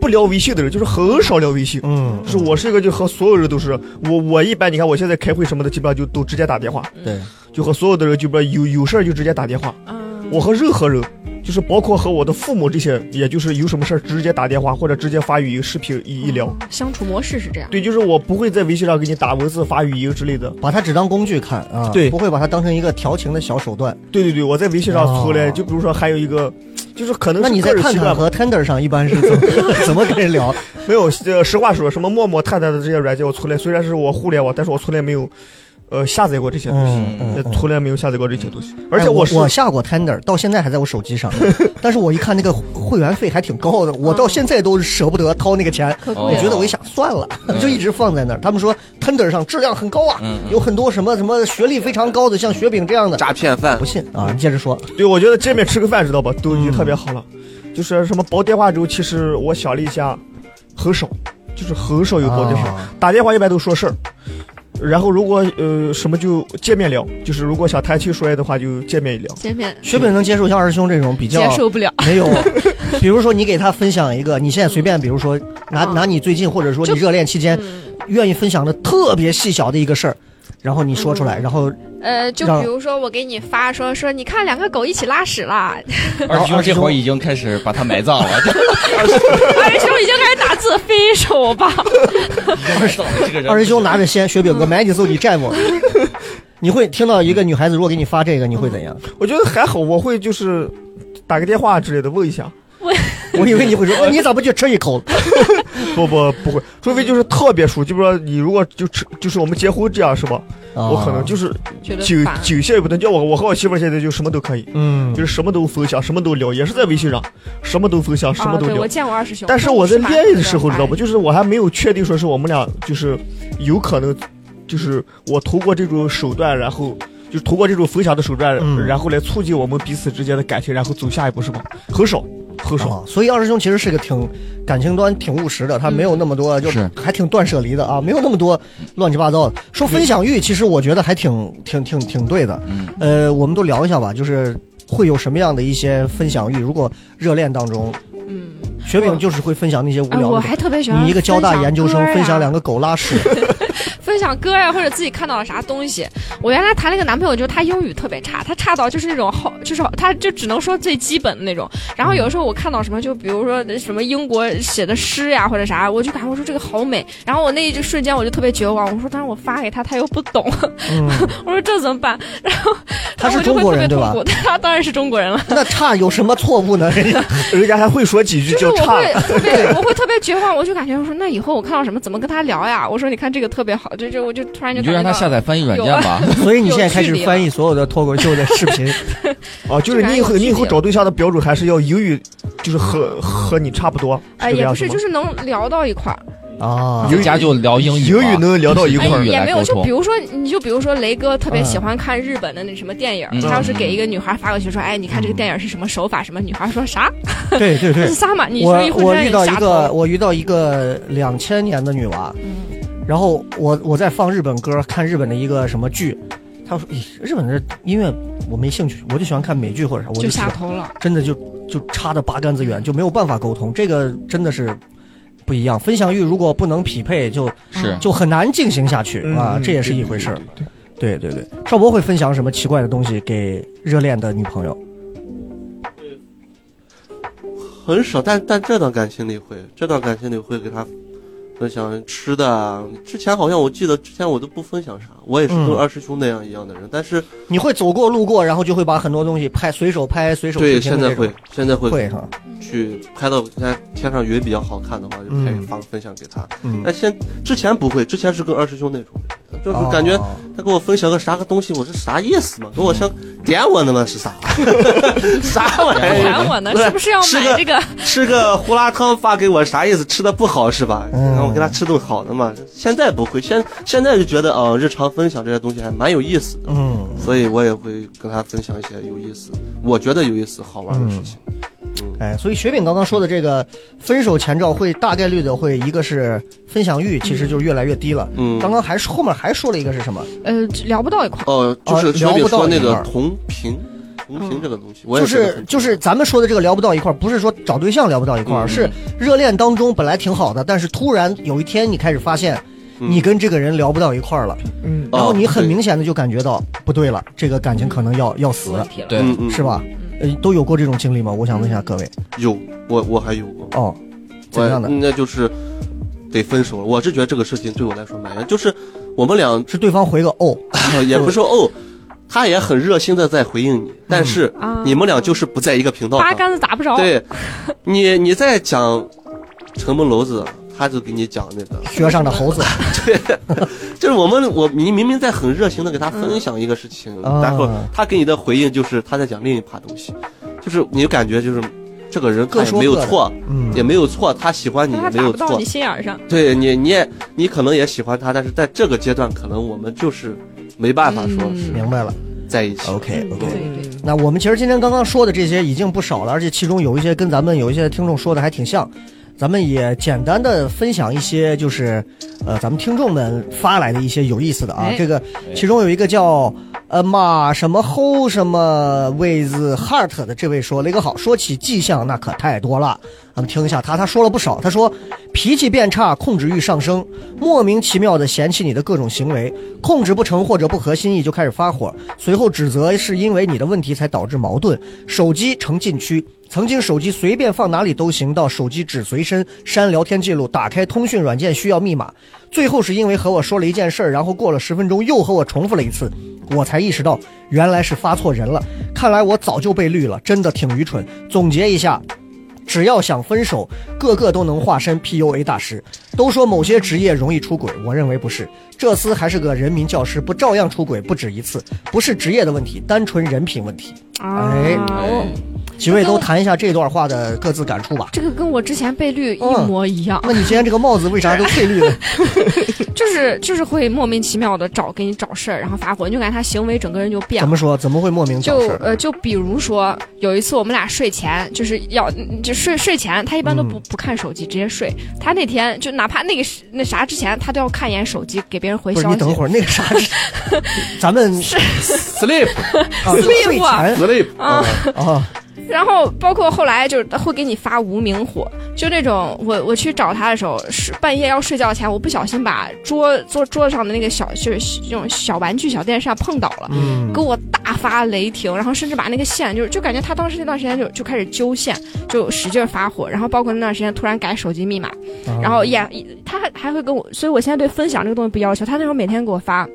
不聊微信的人，就是很少聊微信。嗯就是我是一个就和所有人都是我我一般你看我现在开会什么的基本上就都直接打电话，对，就和所有的人就不有有事儿就直接打电话，嗯我和任何人就是包括和我的父母这些，也就是有什么事儿直接打电话或者直接发语音、视频一一聊。相处模式是这样。对，就是我不会在微信上给你打文字、发语音之类的。把它只当工具看啊，对不会把它当成一个调情的小手段。对对对，我在微信上哦后来就比如说还有一个，就是可能那是你个在人探习惯探吧，和 Tender 上一般是怎 么怎么跟人聊？没有。呃，实话说，什么陌陌、探探的这些软件，我从来虽然是我互联网，但是我从来没有，呃，下载过这些东西，嗯嗯呃嗯从来没有下载过这些东西。而哎且我是我下过 Tender，到现在还在我手机 上，但是我一看那个会员费还挺高的，我到现在都舍不得掏那个钱。可哦贵我了，觉得我一想算了，嗯就一直放在那儿。他们说 Tender 上质量很高啊嗯，嗯有很多什么什么学历非常高的，像雪饼这样的。诈骗犯不，信啊，你接着说。对，我觉得见面吃个饭知道吧，都已经嗯特别好了。就是什么煲电话粥，其实我想了一下，很少，就是很少有煲电话。啊打电话一般都说事儿，然后如果呃什么就见面聊，就是如果想谈情说爱的话就见面一聊。见面雪饼能接受像二师兄这种比较接受不了，没有，比如说你给他分享一个，你现在随便，比如说拿嗯拿你最近或者说你就热恋期间嗯愿意分享的特别细小的一个事儿，然后你说出来，然后呃，就让比如说我给你发说说，你看两个狗一起拉屎了，二师二兄师这兄会儿已经开始把他埋葬 了，就 二师兄已经开始打字，分手吧。二师这个人二师兄拿着先雪嗯饼哥买你揍你 债我。你会听到一个女孩子如果给你发这个，你会怎 样？我觉得还好，我会就是打个电话之类的问一下。我以为你会说，哦你咋不去吃一口？不不不会，除非就是特别熟，就比如说你如果就吃就是我们结婚这样是吧？我可能啊就是觉得仅烦，仅限于不能叫我我和我媳妇儿现在就什么都可以。嗯就是什么都分享，什么都聊，也是在微信上，什么都分享，什么啊，都对聊。我见过二师兄，但是我在恋爱的时候，知道不？就就是我还没有确定说是我们俩就是有可能，就是我通过这种手段，然后就是通过这种分享的手段，嗯然后来促进我们彼此之间的感情，然后走下一步，是吗？很少，很少。啊，所以二师兄其实是个挺感情端挺务实的，他没嗯有那么多，就是还挺断舍离的啊，没有那么多乱七八糟的。说分享欲，其实我觉得还挺挺挺挺对的。嗯呃，我们都聊一下吧，就是会有什么样的一些分享欲？如果热恋当中，嗯，雪饼就是会分享那些无哎，聊我的还东西。特别喜欢你一个交大研究生分分享歌啊享呀两个狗拉 屎，分享歌呀、或者自己看到了啥东西。我原来谈了一个男朋友，就是他英语特别差，他差到就是那种好，就是他就只能说最基本的那种。然后有的时候我看到什么，就比如说什么英国写的诗呀、或者啥，我就感觉我说这个好美。然后我那一瞬间我就特别绝望，我说但是我发给他，他又不懂，我说这怎么办？ 然后嗯他是然后中啊我国就会人特别对吧痛苦？他当然是中国人了。那差有什么错误呢？人家还会说几句就是叫 我差会，特别，我会特别绝望，我就感觉我说那以后我看到什么怎么跟他聊呀？我说你看这个特别好，这这我就突然就你就让感觉他到下载翻译软件吧。所以你现在开始有距离了翻译所有的脱口秀的视 频，啊，就是你以后这个还有你以后区别找对象的标准还是要英语，就是和和你差不多，哎，这个也样不子是，吗就？是能聊到一块儿，啊回家就聊英语嘛，英语能聊到一就是块儿英语哎也来没沟有。就比通。如说，你就比如说雷哥特别喜欢看日本的那什么电影，嗯他要是给一个女孩发过去说，哎，你看这个电影是什么手法，什么女孩说啥，对对这对是，啥嘛？你我说一会我儿遇你到一下个头，我遇到一个两千年的女娃，嗯然后我我在放日本歌，看日本的一个什么剧，她说：“咦，日本的音乐我没兴趣，我就喜欢看美剧或者啥。”我就喜欢下头了。真的就就差的八竿子远，就没有办法沟通。这个真的是不一样。分享欲如果不能匹配，就是，就很难进行下去、嗯啊，这也是一回事儿。对对对，少博会分享什么奇怪的东西给热恋的女朋友？很少。但但这段感情里会，这段感情里会给他分享吃的啊。之前好像我记得，之前我都不分享啥，我也是跟嗯二师兄那样一样的人。但是你会走过路过，然后就会把很多东西拍，随手拍，随手对，视频现的这在种会，现在会会哈，去拍到现在天上云比较好看的话，就拍嗯发个分享给他。嗯但先之前不会，之前是跟二师兄那种人，就是感觉哦他给我分享个啥个东西，我是啥意思嘛？给我像点我呢吗？是啥？啥玩意烦儿？我呢，不是是不是要是买个这个？吃个胡辣汤发给我啥意思？吃的不好是吧？嗯让我给他吃顿好的嘛。现在不会，现现在就觉得啊、日常分享这些东西还蛮有意思的，嗯。所以我也会跟他分享一些有意思，我觉得有意思好玩的事情。哎，所以雪饼刚刚说的这个分手前兆会大概率的会，一个是分享欲，其实就越来越低了。嗯刚刚还是后面还说了一个是什么？呃，聊不到一块儿。哦，就哦是聊雪饼不到说那一块个儿嗯同频，同频这个东西，我也就觉得是很就是咱们说的这个聊不到一块儿，不是说找对象聊不到一块儿，嗯是热恋当中本来挺好的，但是突然有一天你开始发现嗯你跟这个人聊不到一块儿了，嗯，哦然后你很对明显的就感觉到不对了，这个感情可能要要死，题了对，嗯嗯是吧？呃，都有过这种经历吗？我想问一下各位。有我我还有过，哦，怎我样的？那就是得分手了。我是觉得这个事情对我来说蛮冤，就是我们俩 是对方回个哦，也不是说哦，他也很热心的在回应你，但是啊你们俩就是不在一个频道八上。竿子打不着。对，你你在讲城门楼子，他就给你讲那个，学上的猴子。就是我们我你明明在很热情的给他分享一个事情，啊然后他给你的回应就是他在讲另一趴东西，就是你就感觉就是这个人各他也说没有各的错，嗯也没有错，他喜欢你但他也没打有不到错你，心眼儿上，对你，你也你可能也喜欢他，但是在这个阶段，可能我们就是没办法说嗯是明白了。在一 起。哎 OK 嗯对 OK。对，那我们其实今天刚刚说的这些已经不少了，而且其中有一些跟咱们有一些听众说的还挺像。咱们也简单的分享一些，就是，呃，咱们听众们发来的一些有意思的啊。哎这个其中有一个叫呃马什么 ho 什么 with heart 的这位说，雷哥好，说起迹象那可太多了，咱们听一下他，他说了不少。他说脾气变差，控制欲上升，莫名其妙的嫌弃你的各种行为，控制不成或者不合心意就开始发火，随后指责是因为你的问题才导致矛盾。手机成禁区，曾经手机随便放哪里都行，到手机只随身，删聊天记录，打开通讯软件需要密码。最后是因为和我说了一件事儿，然后过了十分钟又和我重复了一次，我才意识到原来是发错人了。看来我早就被绿了，真的挺愚蠢。总结一下，只要想分手，个个都能化身 PUA 大师。都说某些职业容易出轨，我认为不是。这厮还是个人民教师，不照样出轨不止一次？不是职业的问题，单纯人品问题。啊，哎我几位都谈一下这段话的各自感触吧。这个跟我之前被绿一嗯模一样，那你今天这个帽子为啥都翠绿的？就是就是会莫名其妙的找给你找事儿，然后发火，你就感觉他行为整个人就变怎了。么说？怎么会莫名找就事儿？呃，就比如说有一次我们俩睡前就是要嗯就睡睡前，他一般都嗯不、不看手机，直接睡。他那天就哪怕那个是那啥之前，他都要看一眼手机，给别人回不是消你息。等会儿那个啥， 咱们 Sleep 啊睡前 sleep，啊， 啊，然后包括后来就是会给你发无名火，就那种我我去找他的时候是半夜要睡觉前，我不小心把桌桌桌子上的那个小就是那种小玩具小电扇碰倒了，嗯给我大发雷霆，然后甚至把那个线就是就感觉他当时那段时间就就开始揪线，就使劲发火，然后包括那段时间突然改手机密码，啊然后也他还还会跟我，所以我现在对分享这个东西不要求，他那时候每天给我发。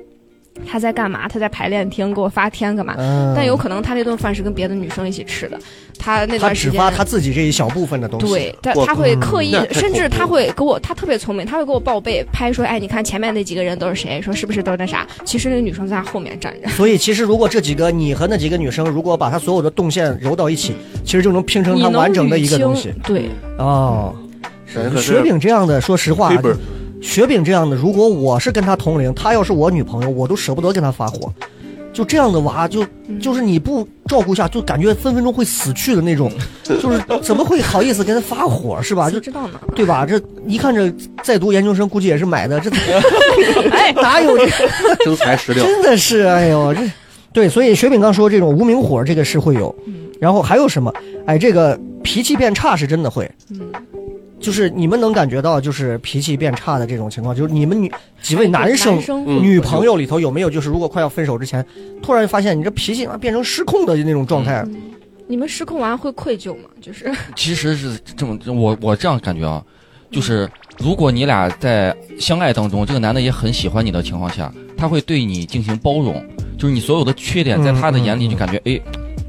他在干嘛？他在排练厅给我发天干嘛？嗯但有可能他那顿饭是跟别的女生一起吃的，他那他段时只间发他自己这一小部分的东西。嗯对，他我他会刻意那，太甚至恐怖他了会给我，他特别聪明，他会给我报备拍说，哎，你看前面那几个人都是谁，说是不是都是那啥？其实那个女生在他后面站着，所以其实如果这几个你和那几个女生，如果把她所有的动线揉到一起，其实就能拼成你它能完整的一个捋清东西。对，哦，感觉可雪是饼这样的，说实话啊亏，本儿。雪饼这样的，如果我是跟她同龄，她要是我女朋友，我都舍不得跟她发火。就这样的娃，就就是你不照顾一下，就感觉分分钟会死去的那种， 就是怎么会好意思跟她发火是吧？谁 就知道呢？对吧？这一看这在读研究生，估计也是买的， 这 哎，哪有这真材实料。真的是，哎呦，这对，所以雪饼刚说这种无名火，这个是会有。然后还有什么？哎，这个脾气变差是真的会，嗯，就是你们能感觉到，就是脾气变差的这种情况，就是你们女几位对男生男。生嗯女朋友里头有没有就是如果快要分手之前，突然发现你这脾气啊变成失控的那种状态？你们失控完会愧疚吗？就是其实是这么，我我这样感觉啊，就是如果你俩在相爱当中，这个男的也很喜欢你的情况下，他会对你进行包容，就是你所有的缺点，在他的眼里就感觉哎，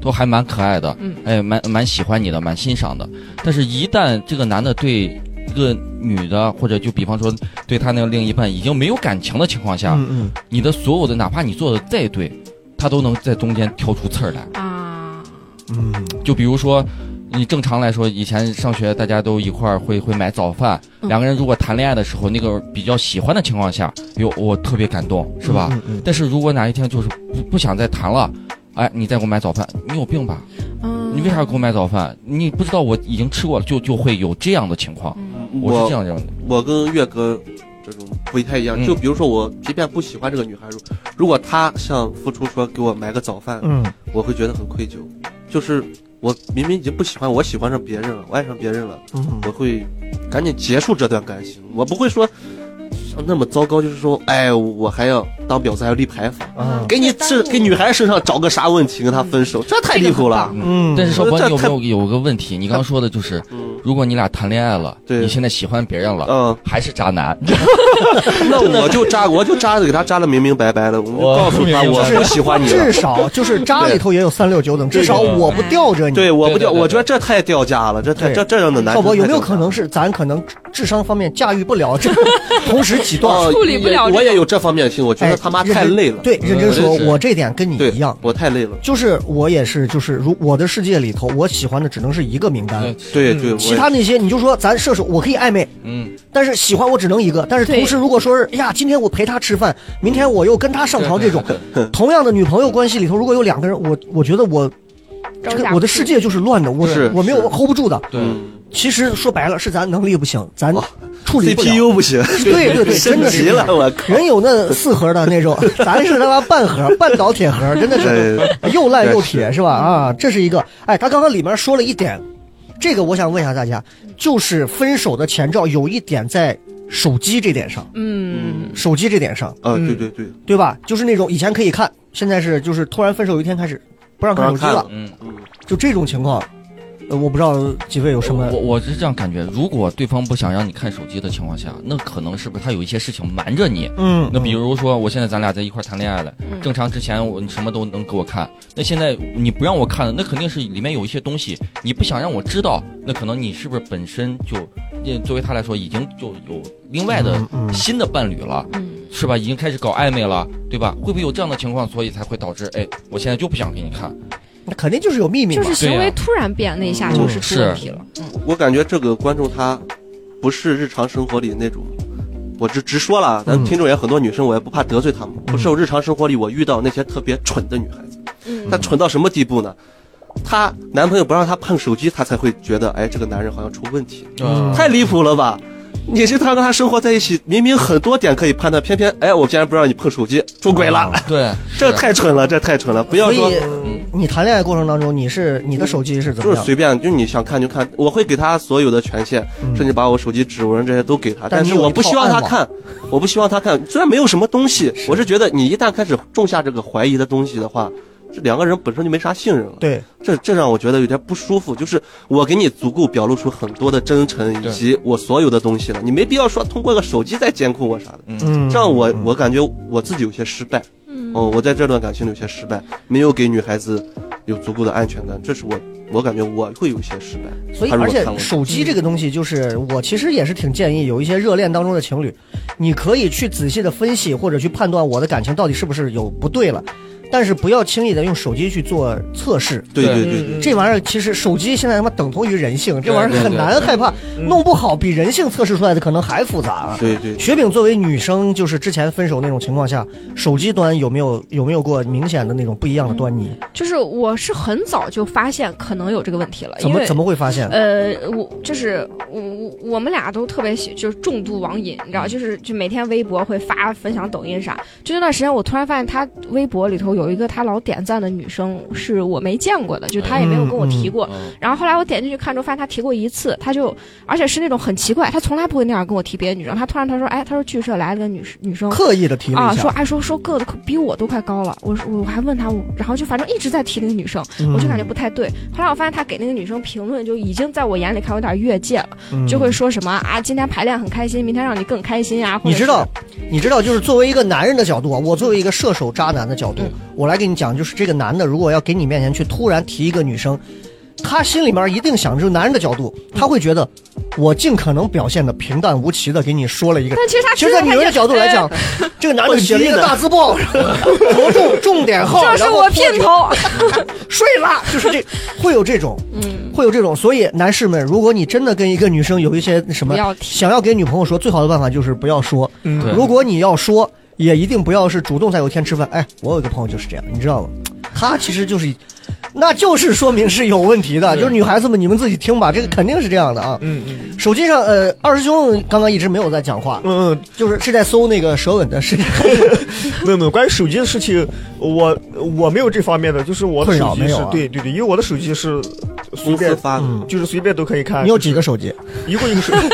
都还蛮可爱的嗯，哎，蛮蛮喜欢你的，蛮欣赏的。但是，一旦这个男的对一个女的，或者就比方说对他那个另一半已经没有感情的情况下，嗯嗯，你的所有的，哪怕你做的再对，他都能在中间挑出刺儿来。啊，就比如说，你正常来说，以前上学大家都一块儿会会买早饭，嗯两个人如果谈恋爱的时候，那个比较喜欢的情况下，哟，我特别感动，是吧？嗯嗯但是如果哪一天就是不不想再谈了。哎，你再给我买早饭，你有病吧？嗯，你为啥要给我买早饭？你不知道我已经吃过了，就就会有这样的情况。嗯我是这我样嗯认为的。我跟岳哥这种不太一样，嗯就比如说我即便不喜欢这个女孩，如如果她向付出说给我买个早饭，嗯我会觉得很愧疚。就是我明明已经不喜欢，我喜欢上别人了，我爱上别人了，嗯我会赶紧结束这段感情。我不会说像那么糟糕，就是说，哎，我还要当婊子，还要立牌坊，啊，给你这给女孩身上找个啥问题跟她分手，这太离谱了。嗯，但是少博，这你有没太有有个问题？你刚刚说的就是，嗯如果你俩谈恋爱了，对你现在喜欢别人了，嗯，还是渣男，那我就扎，我就扎的给她扎的明明白白的，我就我告诉她我不喜欢你了至。少就是渣里头也有三六九等，至少我不吊着你。嗯对，我不对对掉，对我觉得这太掉价了，这太对这这样的男少生博有没有太掉价可了能是咱可能智商方面驾驭不了这个 同时几段？哦处理不了也这我也有这方面的心，我觉哎得他妈太累了。嗯对，认真我说真，是我这点跟你对一样，我太累了。就是我也是，就是如我的世界里头，我喜欢的只能是一个名单，对嗯对，我其他那些你就说咱射手，我可以暧昧，嗯，但是喜欢我只能一个。但是同时，如果说是哎呀，今天我陪他吃饭，明天我又跟他上床这 种，同样的女朋友关系里头，如果有两个人，我我觉得我这个我的世界就是乱的，我是我没有是 hold 不住的。对嗯其实说白了，是咱能力不行，咱哇处理不了。 CPU 不行， 对 对对，真的是急了，我靠！人有那四核的那 种，咱是他妈半核、半导铁核，真的是又烂又铁，是吧？啊，这是一个。哎，他刚刚里面说了一点，这个我想问一下大家，就是分手的前兆有一点在手机这点上，嗯，手机这点上，嗯啊，对对对，对吧？就是那种以前可以看，现在是就是突然分手有一天开始不让看手机不让了看，嗯。嗯就这种情况，呃，我不知道几位有什么我我是这样感觉，如果对方不想让你看手机的情况下，那可能是不是他有一些事情瞒着你？嗯，那比如说，我现在咱俩在一块儿谈恋爱了，嗯正常之前我你什么都能给我看，那现在你不让我看了，那肯定是里面有一些东西你不想让我知道，那可能你是不是本身就，呃作为他来说已经就有另外的嗯嗯新的伴侣了，嗯是吧？已经开始搞暧昧了，对吧？会不会有这样的情况，所以才会导致，哎，我现在就不想给你看，那肯定就是有秘密就嘛，是行为突然变那一下就是出问题了。我感觉这个观众他不是日常生活里那种，我直直说了，啊咱嗯听众也很多女生，我也不怕得罪她们，不是我日常生活里我遇到那些特别蠢的女孩子，嗯她蠢到什么地步呢？她男朋友不让她碰手机，她才会觉得，哎，这个男人好像出问题了。嗯太离谱了吧！你是他跟他生活在一起，明明很多点可以判断，偏偏哎，我竟然不让你碰手机，出轨了，对，这是太蠢了，这太蠢了！不要哦啊所以说你谈恋爱过程当中，你是你的手机是怎就么是样？随便，就是你想看就看，我会给他所有的权限，甚至把我手机指纹这些都给他，嗯但但你是有我一不套希望他暗网看，我不希望他看。虽然没有什么东西，我是觉得你一旦开始种下这个怀疑的东西的话，这两个人本身就没啥信任了。对，这这让我觉得有点不舒服，就是我给你足够表露出很多的真诚以对及我所有的东西了，你没必要说通过个手机再监控我啥的，嗯，这样我我感觉我自己有些失败，嗯哦，我在这段感情里有些失败，没有给女孩子有足够的安全感，这是我我感觉我会有些失败。所以她如而果且看我手机这个东西，就是我其实也是挺建议有一些热恋当中的情侣，你可以去仔细的分析或者去判断我的感情到底是不是有不对了，但是不要轻易的用手机去做测试。对对对对嗯对，这玩意儿其实手机现在他妈等同于人性，这玩意对儿对很对难对害怕，嗯弄不好比人性测试出来的可能还复杂啊。对对雪饼作为女生，就是之前分手那种情况下，手机端有没有有没有过明显的那种不一样的端倪？就是我是很早就发现可能有这个问题了，怎因么为怎么会发现？呃，我就是我我我们俩都特别喜，就是重度网瘾，你嗯知道，就是就每天微博会发分享抖音啥。就那段时间，我突然发现他微博里头有一个他老点赞的女生，是我没见过的，就他也没有跟我提过。嗯然后后来我点进去看之后，发现他提过一次，他就而且是那种很奇怪，他从来不会那样跟我提别的女生。他突然他说，哎，他说剧社来了个女女生，刻意的提了啊，一说下，哎说说个子可比我都快高了，我说我还问他，我然后就反正一直在提那个女生，我就嗯感觉不太对。后来我发现他给那个女生评论就已经在我眼里看有点越界了，嗯就会说什么啊今天排练很开心，明天让你更开心啊，或者你知道是，你知道，就是作为一个男人的角度啊，我作为一个射手渣男的角嗯度，我来给你讲，就是这个男的如果要给你面前去突然提一个女生，他心里面一定想，就是男人的角度，他会觉得我尽可能表现的平淡无奇的给你说了一个。但其实他其实，在女人的角度来哎讲，这个男的写了一个大字 报，着重重点号，这然是后我片头，睡啦，就是这会有这种，嗯，会有这种。所以男士们，如果你真的跟一个女生有一些什么不要提想要给女朋友说，最好的办法就是不要说。对如果你要说，也一定不要是主动在有一天吃饭。哎，我有一个朋友就是这样，你知道吗？他其实就是，那就是说明是有问题的。就是女孩子们，你们自己听吧，这个肯定是这样的啊。嗯嗯手机上，呃，二师兄刚刚一直没有在讲话，嗯，就是是在搜那个舌吻的事情。没有没有，关于手机的事情，我我没有这方面的，就是我的困扰手机没有是啊对对对，因为我的手机是随公司便，发的，嗯就是随便都可以看。你有几个手机？一共一个 手机，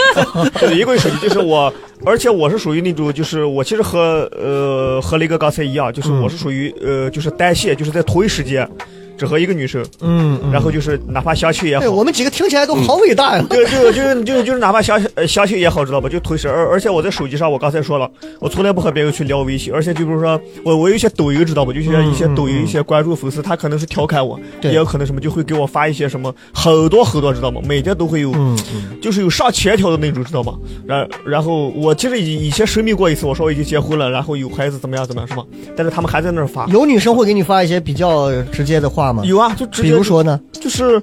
对，一共一个手机，就是我，而且我是属于那种，就是我其实和呃和雷哥刚才一样，就是嗯我是属于呃就是单线，就是在同一时间只和一个女生，嗯，嗯然后就是哪怕相亲也对好。我们几个听起来都好伟大呀。就就就就就是哪怕相呃相亲也好，知道吧？就同时，而而且我在手机上，我刚才说了，我从来不和别人去聊微信，而且就比如说我我有一些抖音知道吧？就像嗯一些抖嗯音一些关注粉丝，他可能是调侃我，对也有可能什么就会给我发一些什么很多很多知道吗？每天都会有嗯嗯就是有上千条的那种，知道吗？然然后我其实以以前声明过一次，我说我已经结婚了，然后有孩子怎么样怎么样是吗？但是他们还在那儿发。嗯有啊女生会给你发一些比较直接的话吗？有啊，就直接比如说呢，就是，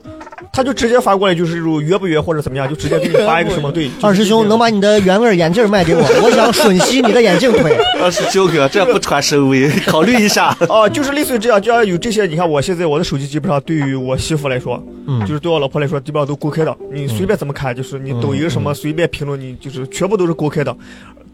他就直接发过来，就是这种约不约或者怎么样，就直接给你发一个 什么对。二师兄能把把你的圆位眼镜卖给我，我想吮吸你的眼镜腿。二十九个，这不传深 V，考虑一下。 啊，就是类似于这样，就要有这些。你看我现在我的手机基本上对于我媳妇来说，嗯就是对我老婆来说，基本上都公开的。你随便怎么看，就是你抖音什嗯么随便评论，你就是全部都是公开的。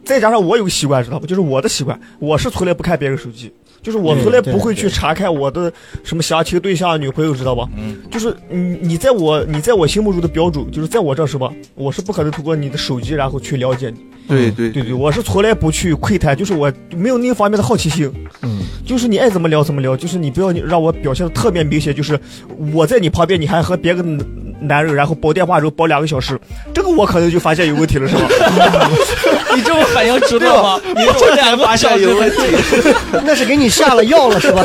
再加上我有个习惯，知道不？就是我的习惯，我是从来不看别人手机，就是我从来对不会对去查看我的什么相亲对象、女朋友，知道吧？嗯，就是你你在我你在我心目中的标准，就是在我这儿是吧？我是不可能通过你的手机然后去了解你。对对对对，我是从来不去窥探，就是我没有那方面的好奇心。嗯，就是你爱怎么聊怎么聊，就是你不要让我表现的特别明显，就是我在你旁边，你还和别个男男人然后煲电话粥煲两个小时，这个我可能就发现有问题了，是吧？你这么反应知道吗？你这两个小时，那是给你下了药了是吧？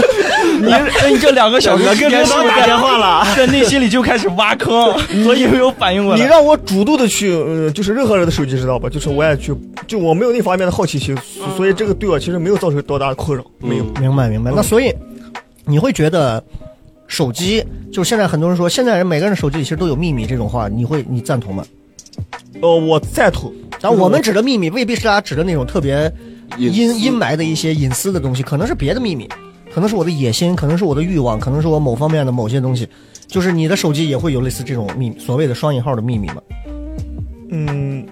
你哎你这两个小时之间是不是在话了。 在内心里就开始挖坑，所以没有反应过你来。让我主动的去，呃，就是任何人的手机知道吧？就是我也去，就我没有那方面的好奇心，所所以这个对我其实没有造成多大的困扰，没嗯有。明白明白。那所以你会觉得手机，就是现在很多人说，现在人每个人手机里其实都有秘密这种话，你会你赞同吗？呃，我赞同，然后我们指的秘密未必是大家指的那种特别隐阴阴霾的一些隐私的东西，可能是别的秘密，可能是我的野心，可能是我的欲望，可能是我某方面的某些东西。就是你的手机也会有类似这种秘密，所谓的双引号的秘密嘛？嗯，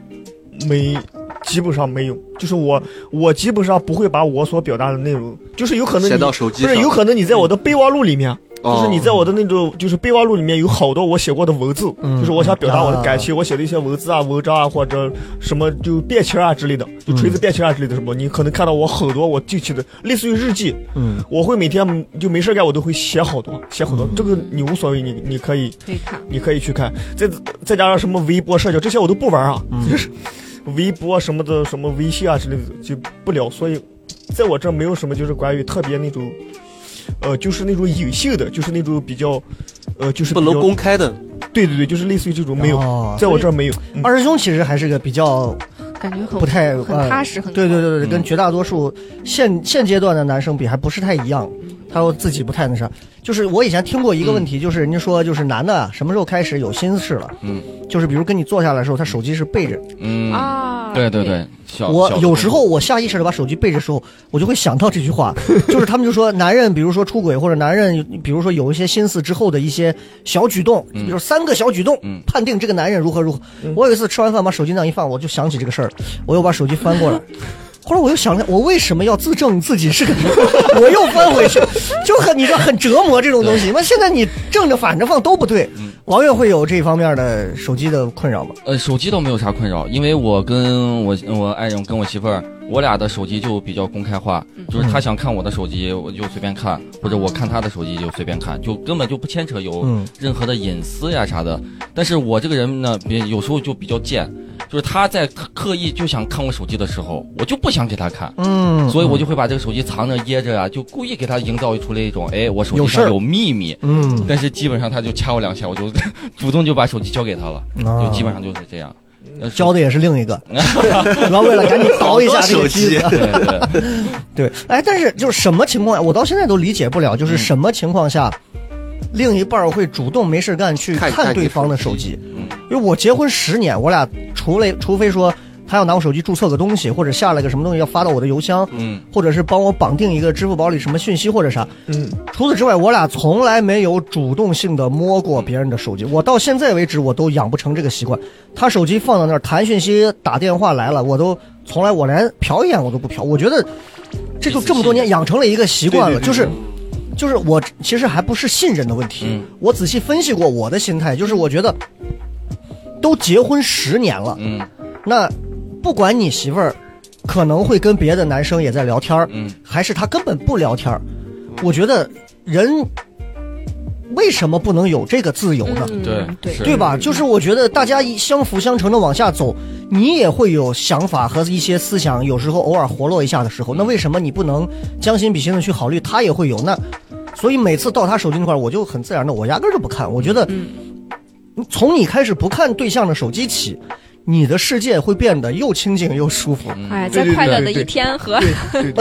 没，基本上没有。就是我，我基本上不会把我所表达的内容，就是有可能写你到手机不是上有可能你在我的备忘录里面，哦就是你在我的那种就是备忘录里面有好多我写过的文字，嗯就是我想表达我的感情，我写的一些文字啊、文章啊或者什么就便签啊之类的，就锤子便签啊之类的什么，你可能看到我很多我近期的类似于日记，嗯，我会每天就没事干我都会写好多写好嗯多，这个你无所谓，你你可以可以看。你可以去看，再再加上什么微博、社交这些我都不玩啊，就是微博什么的、什么微信啊之类的就不聊，所以在我这儿没有什么就是关于特别那种，呃，就是那种隐性的，就是那种比较，呃，就是不比能较公开的，对对对，就是类似于这种没有，哦在我这儿没有。嗯二师兄其实还是个比较感觉很不太呃很踏实，很对对对对，嗯跟绝大多数现现阶段的男生比还不是太一样，他说自己不太那啥。就是我以前听过一个问题，就是人家说就是男的啊什么时候开始有心事了，嗯，就是比如跟你坐下来的时候，他手机是背着，嗯，啊，对对，对，小我小的有时候我下意识的把手机背着的时候，我就会想到这句话， 就是他们就说男人比如说出轨或者男人比如说有一些心思之后的一些小举动，嗯比如三个小举动嗯，判定这个男人如何如何。我有一次吃完饭把手机那样一放，我就想起这个事儿，我又把手机翻过来。后来我又想了，我为什么要自证自己是个 女人？我又翻回去，就很你知道很折磨这种东西。那现在你正着反着放都不对。嗯王月会有这方面的手机的困扰吗？呃，手机倒没有啥困扰，因为我跟我我爱人跟我媳妇儿，我俩的手机就比较公开化，就是她想看我的手机，我就随便看，或者我看她的手机就随便看，就根本就不牵扯有嗯任何的隐私呀啥的。但是我这个人呢，别有时候就比较贱，就是她在刻刻意就想看我手机的时候，我就不想给她看。嗯，所以我就会把这个手机藏着掖着啊，就故意给她营造出来一种，哎，我手有机事儿上有秘密。嗯，但是基本上她就掐我两下，我就 主动就把手机交给她了，啊就基本上就是这样。呃教的也是另一 个，然后为了赶紧倒一下这个机子，对对，对，哎，但是就是什么情况下，我到现在都理解不了，就是嗯什么情况下，另一半会主动没事干去看看看对你方的手手机机？嗯因为我结婚十年，我俩除了除非说他要拿我手机注册个东西，或者下了个什么东西要发到我的邮箱，嗯，或者是帮我绑定一个支付宝里什么讯息或者啥，嗯，除此之外，我俩从来没有主动性的摸过嗯别人的手机。我到现在为止，我都养不成这个习惯。他手机放到那儿，弹讯息、打电话来了，我都从来我连瞟一眼我都不瞟。我觉得这就这么多年养成了一个习惯了，就是就是我其实还不是信任的问题，嗯我仔细分析过我的心态，就是我觉得都结婚十年了，嗯那不管你媳妇儿可能会跟别的男生也在聊天儿，嗯还是她根本不聊天儿，我觉得人为什么不能有这个自由呢？嗯对对是对吧？就是我觉得大家一相辅相成的往下走，你也会有想法和一些思想，有时候偶尔活络一下的时候，那为什么你不能将心比心的去考虑？他也会有那，所以每次到他手机那块儿，我就很自然的，我压根儿就不看。我觉得，嗯从你开始不看对象的手机起，你的世界会变得又清静又舒服。嗯哎，对在对快乐对的对一天和对啊，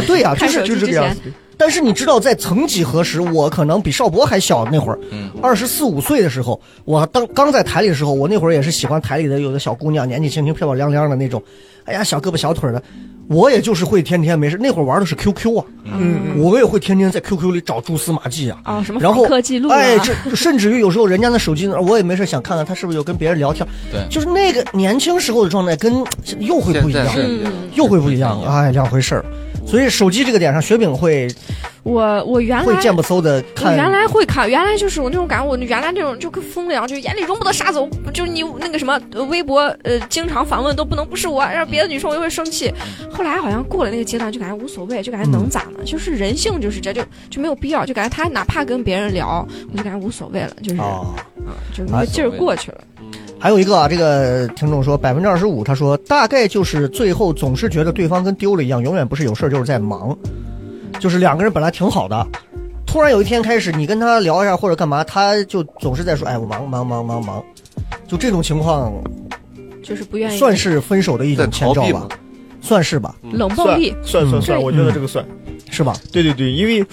对呀、就看是嗯手就机是这之个样前子，。但是你知道，在曾几何时，我可能比邵博还小那会儿，嗯二十四五岁的时候，我当刚在台里的时候，我那会儿也是喜欢台里的有的小姑娘，年纪轻轻、漂漂亮亮的那种，哎呀，小胳膊小腿儿的，我也就是会天天没事，那会儿玩的是 QQ 啊，嗯我也会天天在 QQ 里找蛛丝马迹啊。啊，什么然后访客记录啊，哎，这甚至于有时候人家的手机那儿，我也没事想看看他是不是有跟别人聊天，对就是那个年轻时候的状态跟现又会不一样现在，是嗯，又会不一样，哎，两回事儿。所以手机这个点上，雪饼会我我原会来见不搜的我看，原来会看，原来就是我那种感觉，我原来那种就跟疯了一样，就眼里容不得沙子，我就是你那个什么呃微博呃，经常反问都不能不是我，让别的女生我就会生气。后来好像过了那个阶段，就感觉无所谓，就感觉能咋呢？就是人性就是这就就没有必要，就感觉他哪怕跟别人聊，我就感觉无所谓了，就是、哦。啊就那个劲儿哎过去了。还有一个啊，这个听众说百分之二十五，他说大概就是最后总是觉得对方跟丢了一样，永远不是有事儿就是在忙，就是两个人本来挺好的，突然有一天开始你跟他聊一下或者干嘛，他就总是在说哎我忙忙忙忙忙，就这种情况就是不愿意算是分手的一在种前逃兆避吧嘛，，算是吧，冷暴算力，算算算，嗯我觉得这个算。是吧？对对对，因为，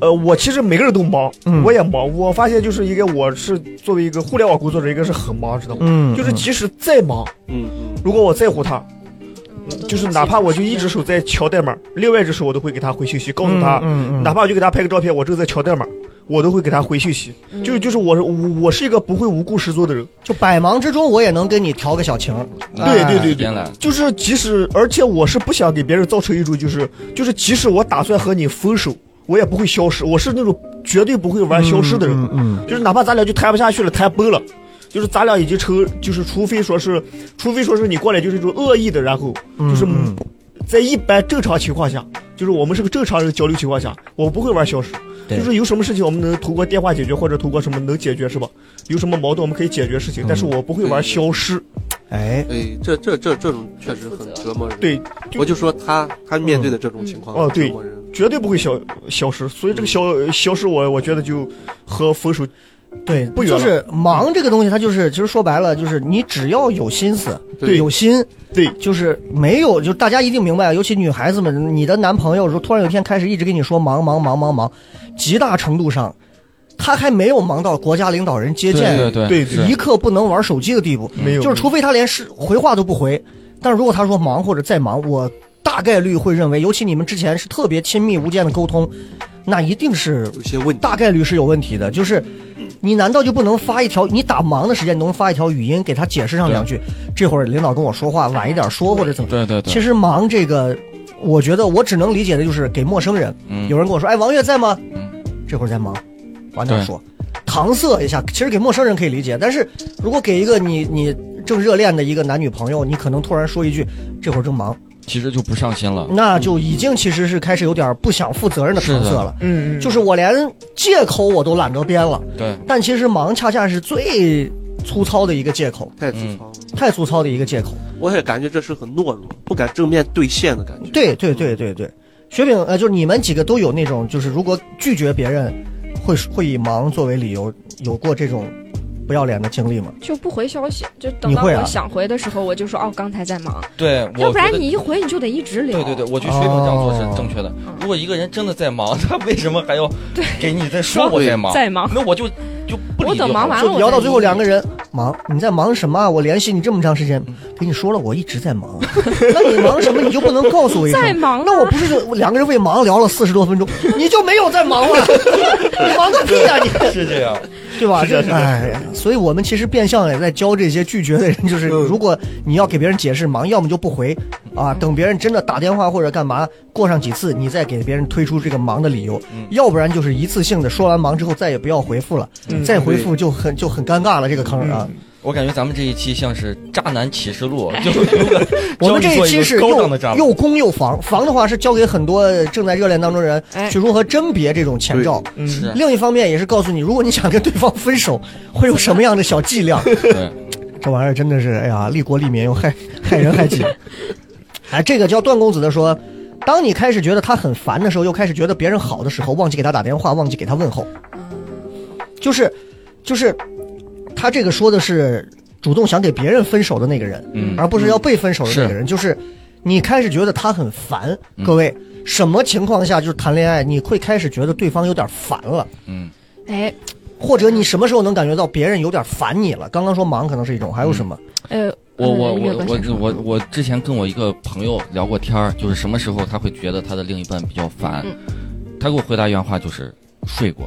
呃，我其实每个人都忙，嗯我也忙。我发现就是一个，我是作为一个互联网工作者，一个是很忙，知道吗？嗯，就是即使再忙，嗯嗯，如果我在乎他，嗯就是哪怕我就一只手在敲代码，另外一只手我都会给他回信息，告诉他，嗯哪怕我就给他拍个照片，我正在敲代码，我都会给他回信息。嗯就就是我是我我是一个不会无故失作的人，就百忙之中我也能跟你调个小情儿，对对对对边来，就是即使而且我是不想给别人造成一种就是就是即使我打算和你分手，我也不会消失，我是那种绝对不会玩消失的人。嗯嗯就是哪怕咱俩就谈不下去了，谈崩了，就是咱俩已经成，就是除非说是，除非说是你过来就是一种恶意的，然后嗯就是嗯在一般正常情况下，就是我们是个正常人交流情况下，我不会玩消失，对就是有什么事情我们能通过电话解决，或者通过什么能解决是吧？有什么矛盾我们可以解决事情，但是我不会玩消失。哎，哎，这这这这种确实很折磨人。对，我就说他他面对的这种情况，嗯哦对折磨人。绝对不会消消失，所以这个消消失我我觉得就和分手对，不远就了是忙这个东西，它就是其实说白了，就是你只要有心思，对有心，对就是没有，就大家一定明白，尤其女孩子们，你的男朋友说突然有一天开始一直跟你说忙忙忙忙忙，极大程度上，他还没有忙到国家领导人接见，对对对是一刻不能玩手机的地步，没有，就是除非他连是回话都不回，但是如果他说忙或者再忙，我大概率会认为，尤其你们之前是特别亲密无间的沟通，那一定是有些问题，大概率是有问题的。就是你难道就不能发一条？你打忙的时间你能发一条语音给他解释上两句？这会儿领导跟我说话晚一点说或者怎么？对对对，其实忙这个，我觉得我只能理解的就是给陌生人。嗯有人跟我说：“哎，王悦在吗嗯？”这会儿在忙，晚点对说，搪塞一下。其实给陌生人可以理解，但是如果给一个你你正热恋的一个男女朋友，你可能突然说一句“这会儿正忙其实就不上心”，了，那就已经其实是开始有点不想负责任的搪塞是的了。嗯嗯，就是我连借口我都懒得编了，对，但其实忙恰恰是最粗糙的一个借口，太粗糙了。太粗糙的一个借口。我也感觉这是很懦弱，不敢正面对线的感觉。对对对对对，雪饼呃，就是你们几个都有那种，就是如果拒绝别人，会会以忙作为理由，有过这种不要脸的经历吗？就不回消息，就等你到会啊我想回的时候，我就说哦，刚才在忙，对，要不我觉然得你一回你就得一直聊。对对对，我觉得水桶这样做哦是正确的。如果一个人真的 在忙，他为什么还要给你再说我在忙？在忙。那我就就不理我就等好忙完了了，就聊到最后两个人，忙，你在忙什么啊？我联系你这么长时间，跟你说了，我一直在 忙。那你忙什么？你就不能告诉我一声？在忙啊那我不是就两个人为忙聊了四十多分钟，你就没有在忙了？你忙个屁呀、你！是这样。对吧？是这样是这样哎呀，所以我们其实变相也在教这些拒绝的嗯人，就是如果你要给别人解释忙，要么就不回啊，等别人真的打电话或者干嘛过上几次，你再给别人推出这个忙的理由，嗯要不然就是一次性的说完忙之后再也不要回复了，嗯再回复就很就很尴尬了这个坑儿啊。我感觉咱们这一期像是《渣男启示录》，就是如果我们这一期是教你做一个高档又的渣男，又攻又防，防的话是教给很多正在热恋当中的人哎去如何甄别这种前兆。嗯是另一方面也是告诉你，如果你想跟对方分手，会有什么样的小伎俩。对，这玩意儿真的是，哎呀，利国利民又害害人害己。哎，这个叫段公子的说，当你开始觉得他很烦的时候，又开始觉得别人好的时候，忘记给他打电话，忘记给他问候，就是，就是，他这个说的是主动想给别人分手的那个人，嗯而不是要被分手的那个人。就是你开始觉得他很烦，各位，什么情况下就是谈恋爱你会开始觉得对方有点烦了？嗯， 哎，或者你什么时候能感觉到别人有点烦你了？刚刚说忙可能是一种，还有什么？呃，我我嗯呃我岳哥先我说我我之前跟我一个朋友聊过天儿，就是什么时候他会觉得他的另一半比较烦，嗯他给我回答一原话就是睡过。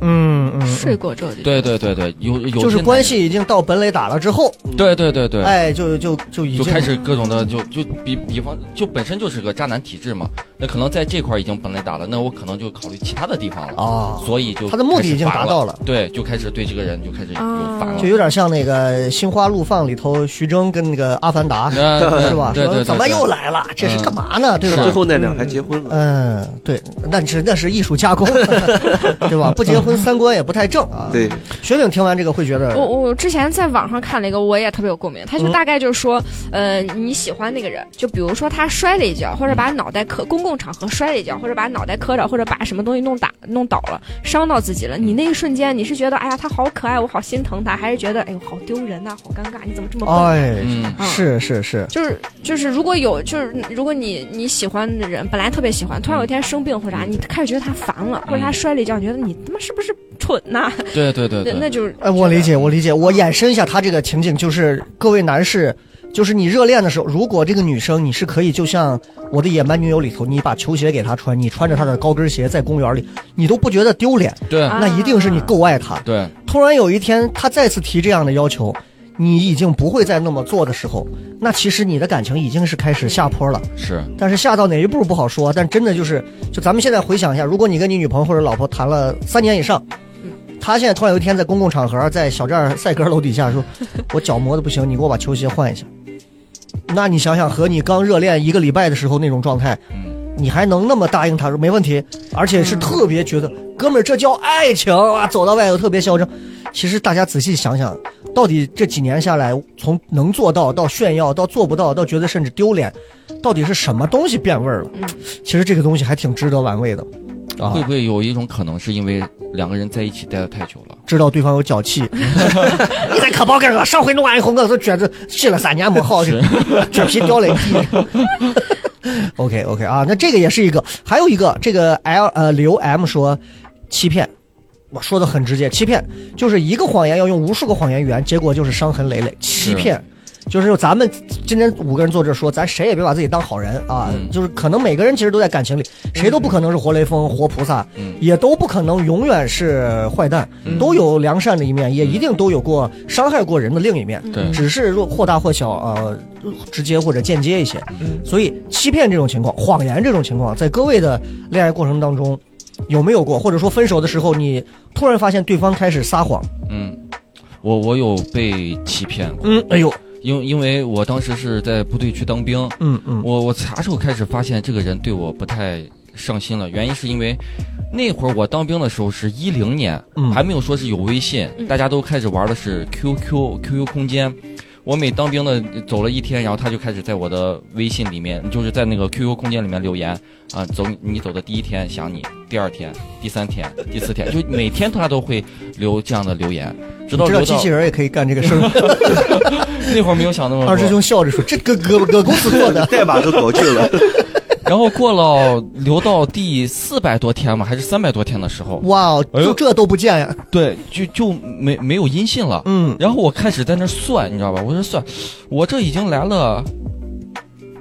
嗯嗯，睡过这里，对对对对，有有就是些关系已经到本垒打了之后，男人，对对对对，哎，就就就已就经开始各种的就就比比方就本身就是个渣男体质嘛，那可能在这块儿已经本来打了，那我可能就考虑其他的地方了，啊，所以就他的目开的始已经烦达了到了。对，就开始对这个人就开始有啊烦了就。有点像那个《心花怒放》里头徐峥跟那个阿凡达，那 那是吧？嗯对说对对，怎么对又？来了？这是嗯干嘛呢？对吧最？后那两还结婚了。嗯，对，那是那是艺术加工， 对吧？不结 婚三观也不太正啊。对，雪饼听完这个会觉得我我之前在网上看了一个，我也特别有共鸣。他就嗯大概就是说，呃，你喜欢那个人，就比如说他摔了一跤，或者把脑袋磕，公共场合摔了一跤，或者把脑袋磕着，或者把什么东西弄打弄倒了，伤到自己了。你那一瞬间，你是觉得哎呀他好可爱，我好心疼他，还是觉得哎呦好丢人呐、好尴尬，你怎么这么笨？哎，嗯，啊是是是，就是就是，如果有就是，如果你你喜欢的人本来特别喜欢，突然有一天生病或者嗯啥，你开始觉得他烦了，或者他摔了一跤，你觉得你他妈是不是蠢呐、对对对那那对，就是哎，我理解，我理解。我延伸一下他这个情景，就是各位男士，就是你热恋的时候，如果这个女生你是可以，就像我的野蛮女友里头，你把球鞋给她穿，你穿着她的高跟鞋在公园里，你都不觉得丢脸，对啊那一定是你够爱她。对，突然有一天，她再次提这样的要求。你已经不会再那么做的时候，那其实你的感情已经是开始下坡了。是但是下到哪一步不好说，但真的就是，就咱们现在回想一下，如果你跟你女朋友或者老婆谈了三年以上，她现在突然有一天在公共场合，在小寨儿赛格楼底下说：“我脚磨的不行，你给我把球鞋换一下。”那你想想，和你刚热恋一个礼拜的时候那种状态，嗯你还能那么答应她说没问题，而且是特别觉得、哥们儿这叫爱情啊，走到外头特别嚣张。其实大家仔细想想，到底这几年下来，从能做到到炫耀，到做不到，到觉得甚至丢脸，到底是什么东西变味儿了？其实这个东西还挺值得玩味的，啊会，不会有一种可能是因为两个人在一起待的太久了？知道对方有脚气，你在可包干啥？上回弄完以后，我都觉得试了三年没好，这皮掉了一地。OK OK 啊，那这个也是一个，还有一个这个 L 呃刘 M 说欺骗。我说的很直接，欺骗就是一个谎言要用无数个谎言圆，结果就是伤痕累累。欺骗就是咱们今天五个人坐这说，咱谁也别把自己当好人啊，嗯就是可能每个人其实都在感情里，谁都不可能是活雷锋、活菩萨，嗯也都不可能永远是坏蛋，都有良善的一嗯面，也一定都有过伤害过人的另一面，对只是若或大或小，呃，直接或者间接一些。嗯所以欺骗这种情况、谎言这种情况，在各位的恋爱过程当中。有没有过，或者说分手的时候，你突然发现对方开始撒谎？嗯，我我有被欺骗过，嗯，哎呦，因因为我当时是在部队去当兵，嗯嗯，我我啥时候开始发现这个人对我不太上心了？原因是因为那会儿我当兵的时候是一零年，嗯还没有说是有微信，嗯大家都开始玩的是 QQ、QQ 空间。我每当兵的走了一天，然后他就开始在我的微信里面，就是在那个 QQ 空间里面留言啊、走你走的第一天想你，第二天、第三天、第四天，就每天他都会留这样的留言，你直到知道留机到器人也可以干这个事儿吗。那会儿没有想那么多。二师兄笑着说：“这个哥哥公司做的。代码都搞去了，”然后过了留到第四百多天嘛，还是三百多天的时候，哇哦，哎就呦这都不见呀？对，就就没没有音信了。嗯，然后我开始在那儿算，你知道吧？我说算，我这已经来了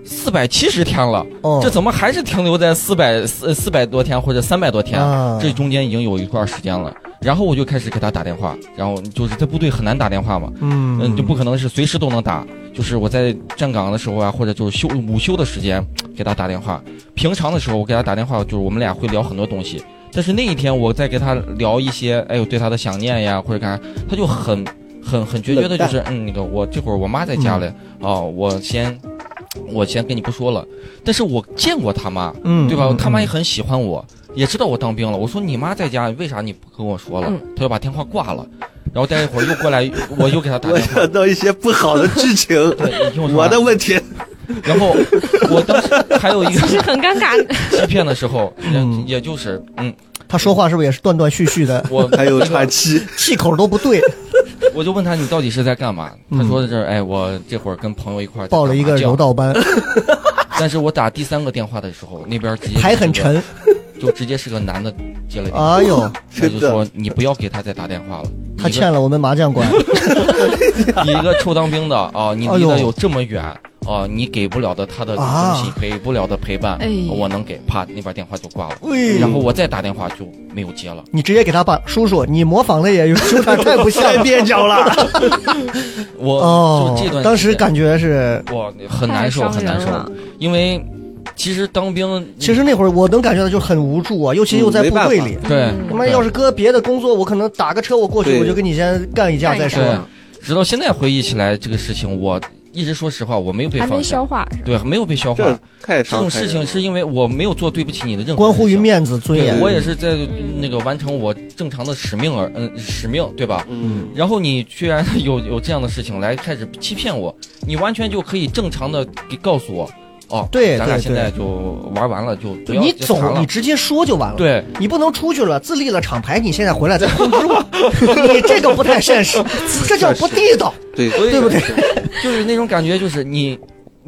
四百七十天了，哦，这怎么还是停留在四百四四百多天或者三百多天？啊这中间已经有一段时间了。然后我就开始给他打电话，然后就是在部队很难打电话嘛，嗯嗯，就不可能是随时都能打。就是我在站岗的时候啊，或者就是休午休的时间给他打电话。平常的时候我给他打电话，就是我们俩会聊很多东西。但是那一天我在给他聊一些，哎呦对他的想念呀，或者干啥，他就很很很决绝的，就是嗯那个我这会儿我妈在家嘞，嗯哦我先我先跟你不说了。但是我见过他妈，嗯，对吧？嗯他妈也很喜欢我，也知道我当兵了。我说你妈在家，为啥你不跟我说了？嗯他就把电话挂了。然后待一会儿又过来，我又给他打我电话想。到一些不好的剧情，对，你听我说我完。的问题，然后我当时还有一其实个很尴 尬。欺骗的时候， 嗯也也就是嗯，他说话是不是也是断断续续 的，我还有喘气，气口都不对，我就问他你到底是在干嘛？嗯他说的是哎，我这会儿跟朋友一块儿报了一个打麻将柔。道 班，但是我打第三个电话的时候，那边直接牌很沉。就直接是个男的接了电话，哎呦，他就说你不要给他再打电话了，他你这欠了我们麻将馆。你一个臭当兵的啊，你哎离呦得有这么远啊，你给不了的他的东啊西，给不了的陪伴哎，我能给，啪，那边电话就挂了，喂然后我再打电话就没有接了。你直接给他爸叔叔，你模仿的也有有点 太不像了。蹩脚 了，我哦就这，段当时时间感觉是，我很太难受，伤很难人受了，因为其实当兵，其实那会儿我能感觉到就很无嗯助啊，尤其又在部队里。对嗯他妈要是搁别的工作，我可能打个车我过去，对我就跟你先干一架再说干一。对，直到现在回忆起来这个事情，我一直说实话，我没有被还没放下消，化是吧？对，没有被消化。这太这伤种害人事情是因为我没有做对不起你的任何关乎事于情面子尊对严。我也是在那个完成我正常的使命而嗯使命，对吧？嗯，然后你居然有 有这样的事情来开始欺骗我，你完全就可以正常的给告诉我，哦，对咱俩对现在就玩完了，就不要你再谈走，了你。直接说就完了。，对，你不能出去了，自立了厂牌，你现在回来再控制我， 你这个不太现 实，这叫不地道。对，对对不对？ 就是那种感觉，就是你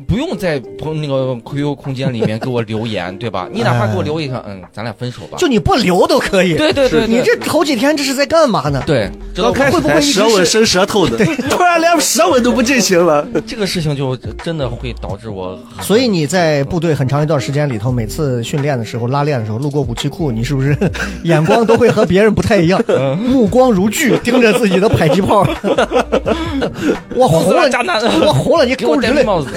不用在朋那个 QQ 空间里面给我留言，对吧？你哪怕给我留一个，嗯，咱俩分手吧。就你不留都可以。对对对，你对这头几天这是在干嘛呢？对，知道刚开始会不会不会还一直舌吻是伸舌头的，突然连舌吻都不进行了。这个事情就真的会导致我很。所以你在部队很长一段时间里头，每次训练的时候、拉练的时候，路过武器库，你是不是 眼光都会和别人不太一 样？嗯目光如炬，盯着自己的迫击炮。我死红了了，渣男我红了，你啊 给给我我戴人绿类。帽子，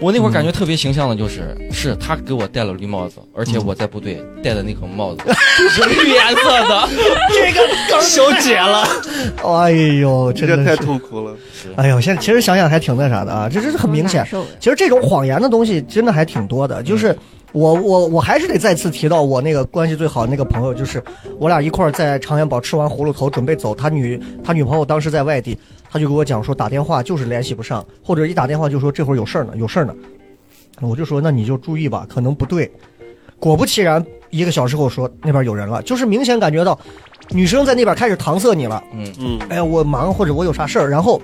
我那会儿感觉特别形象的就是，是他给我戴了绿帽子，而且我在部队戴的那顶帽子是绿颜色的。这个梗休解了，哎呦，真这的太是，痛苦了，哎呦，现在其实想想还挺那啥的啊，这这是很明显嗯难。受的其实这种谎言的东西真的还挺多的，就是我我我还是得再次提到我那个关系最好的那个朋友，就是我俩一块儿在长安堡吃完葫芦头准备走，他女他女朋友当时在外地，他就给我讲说打电话就是联系不上，或者一打电话就说这会儿有事儿呢，有事儿呢，我就说那你就注意吧，可能不对。果不其然，一个小时后说那边有人了，就是明显感觉到女生在那边开始搪塞你了。嗯，嗯，哎，我忙或者我有啥事儿，然后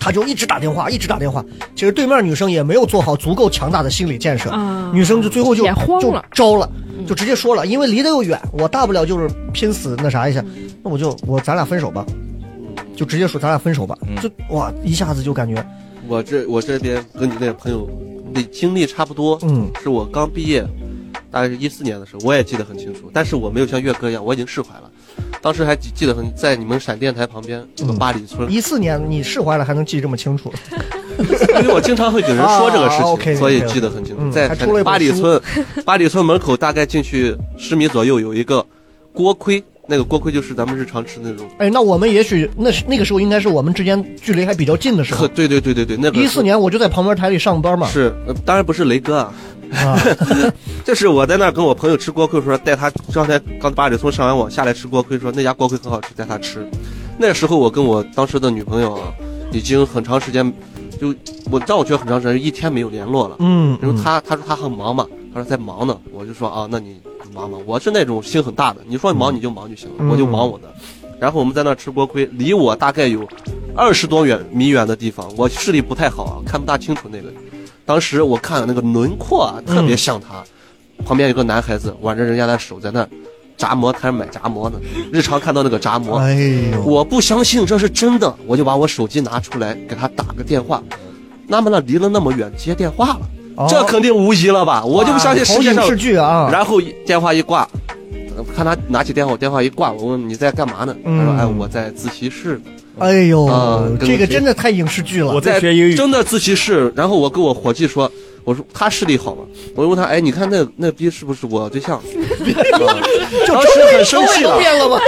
他就一直打电话，一直打电话。其实对面女生也没有做好足够强大的心理建设，啊，女生就最后就也慌就了招了，嗯就直接说了，因为离得又远，我大不了就是拼死那啥一下，那我就我咱俩分手吧，嗯就直接说咱俩分手吧，嗯就哇一下子就感觉我这我这边跟你那朋友的经历差不多，嗯是我刚毕业，大概是一四年的时候，我也记得很清楚，但是我没有像岳哥一样，我已经释怀了。当时还记记得很，在你们闪电台旁边有个八里村，一四年你释怀了还能记这么清楚，因为我经常会给人说这个事啊情， ，OK，OK，OK 所以记得很清楚。嗯在还出了一本八里村，八里村门口大概进去十米左右有一个锅盔，那个锅盔就是咱们日常吃那种。哎，那我们也许那是那个时候应该是我们之间距离还比较近的时可候。对对对对对，那个一四年我就在旁边台里上班嘛，是、呃当然不是雷哥啊，啊， 就是我在那儿跟我朋友吃锅盔的时候，带他刚才刚八里村上完网下来吃锅盔，说那家锅盔很好吃，带他吃。那时候我跟我当时的女朋友啊，已经很长时间，就我让我觉得很长时间一天没有联络了。嗯，然后嗯她她说她很忙嘛，她说在忙呢，我就说啊，那你忙忙，我是那种心很大的，你说忙你就忙就行了，嗯我就忙我的。然后我们在那儿吃锅盔，离我大概有二十多远米远的地方，我嗯视力不太好啊，看不大清楚那个。当时我看那个轮廓啊，特别像他，旁边有个男孩子挽着人家的手在那儿炸馍摊买炸馍呢，日常看到那个炸馍，哎呦，我不相信这是真的，我就把我手机拿出来给他打个电话。那么呢，离了那么远，接电话了，哦这肯定无疑了吧？我就不相信世界哇上好影视。剧啊，然后电话一挂，呃看他拿起电话，我电话一挂，我问你在干嘛呢？他说：嗯哎，我在自习室。哎呦，啊跟这个我学真的太影视剧了。我在学英语，真的自习室。然后我跟我伙计说，我说他视力好吗？我就问他，哎，你看那那逼是不是 我对象？就当时很生气了，变了吧？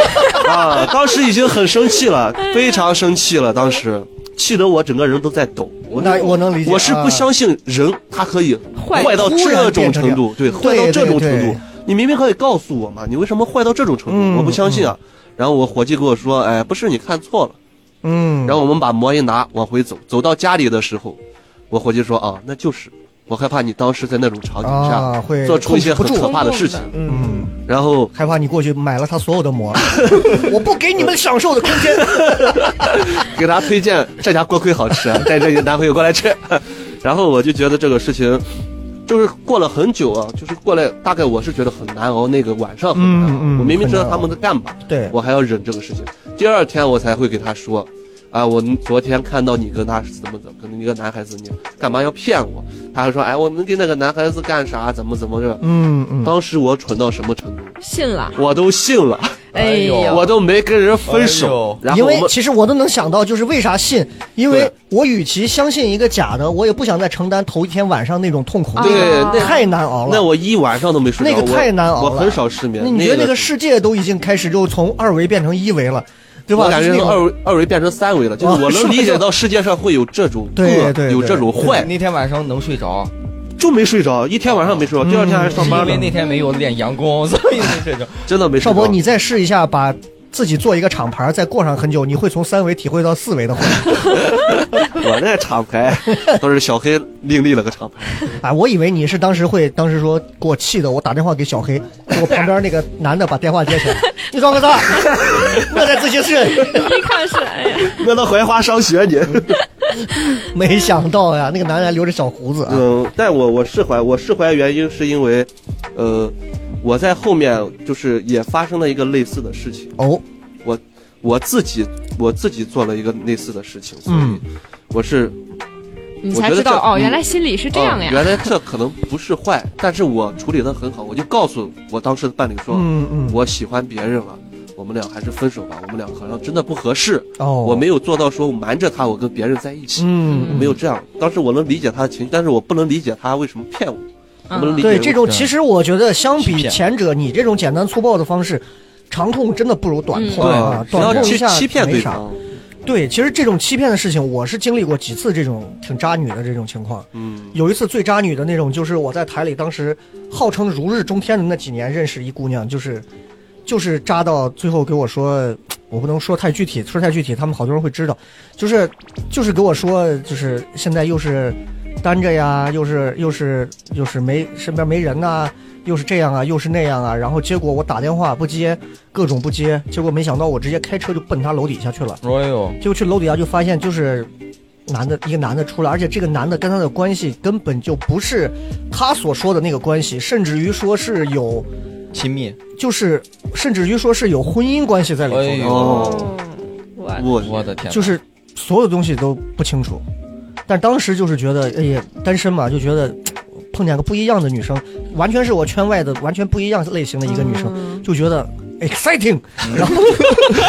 啊，当时已经很生气了，非常生气了，当时气得我整个人都在抖。我那我能理解，我是啊不相信人他可以坏坏到突然这变成种这程样度，对，坏对到这对种对程度。你明明可以告诉我嘛，你为什么坏到这种程嗯度？我不相信啊。然后我伙计跟我说，哎，不是你看错了。嗯，然后我们把馍一拿，往回走，走到家里的时候，我伙计说啊，那就是，我害怕你当时在那种场景下啊会做出一些控很制不可住，怕的事情。嗯，然后害怕你过去买了他所有的膜， 我不给你们享受的空间。给大家推荐这家锅盔好 吃，啊带着你的男朋友过来吃。 然后我就觉得这个事情，就是过了很久啊，就是过来大概我是觉得很难熬，那个晚上很难熬。嗯嗯我明明知道很难他熬们在干嘛，对，我还要忍这个事情。第二天我才会给他说，啊，我昨天看到你跟他怎么怎么，跟一个男孩子，你干嘛要骗我？他还说，哎，我们跟那个男孩子干啥？怎么怎么着？嗯嗯，当时我蠢到什么程度，信了，我都信了，哎哎呦，我都没跟人分手。然后因我为们其实我都能想到，就是为啥信，因为对我与其相信一个假的，我也不想再承担头一天晚上那种痛苦，啊对那太难熬了。那我一晚上都没睡着，那个我太难熬了我很少失眠。那你觉得那个个世界都已经开始就从二维变成一维了，对吧？我感就觉是那从种二维二维变成三维了，就是啊我是吧能理解到世界上会有这种对恶对有对这种坏，那天晚上能睡着，就没睡着，一天晚上没睡嗯着，第二天还上是班因为呢，那天没有练阳功， 所以没睡着。真的没睡少着。博，你再试一下把。自己做一个厂牌，再过上很久，你会从三维体会到四维的话。我那厂 牌都是小黑另立了个厂牌，啊，我以为你是当时会，当时说给我气的，我打电话给小黑，结果旁边那个男的把电话接起来，你装个啥？我在自习室， 一看是哎呀，我到槐花上学呢。没想到呀，那个男人还留着小胡子啊，嗯，但我我释怀，我释怀原因是因为，呃，我在后面就是也发生了一个类似的事情，哦，我自己我自己做了一个类似的事情，所嗯以我是你我才觉知得道这哦，嗯原来心理是这样啊呀。原来这可能不是坏，但是我处理的很好，我就告诉我当时的伴侣说，嗯嗯，我喜欢别人了，我们俩还是分手吧，我们俩好像真的不合适，哦，我没有做到说瞒着他我跟别人在一起。嗯，嗯，没有这样，当时我能理解他的情绪，但是我不能理解他为什么骗我，嗯我不能理嗯解对为这种，其实我觉得相欺比骗前者，你这种简单粗暴的方式，长痛真的不如短痛啊嗯对，，不短要痛一去下欺骗没对啥。方。对，其实这种欺骗的事情，我是经历过几次这种挺渣女的这种情况。嗯，有一次最渣女的那种，就是我在台里当时号称如日中天的那几年，认识一姑娘，就是就是渣到最后给我说，我不能说太具体，说太具体他们好多人会知道，就是就是给我说，就是现在又是单着呀，又是又是又是没身边没人呐、又是这样啊，又是那样啊，然后结果我打电话不接，各种不接，结果没想到我直接开车就奔他楼底下去了。哎呦，结果去楼底下就发现就是男的一个男的出来，而且这个男的跟他的关系根本就不是他所说的那个关系，甚至于说是有亲密，就是甚至于说是有婚姻关系在里头哎的，呦哦，我我我的天哪，就是所有东西都不清楚。但当时就是觉得，哎呀，单身嘛，就觉得嘖碰见个不一样的女生，完全是我圈外的完全不一样类型的一个女生，嗯就觉得 exciting。然 后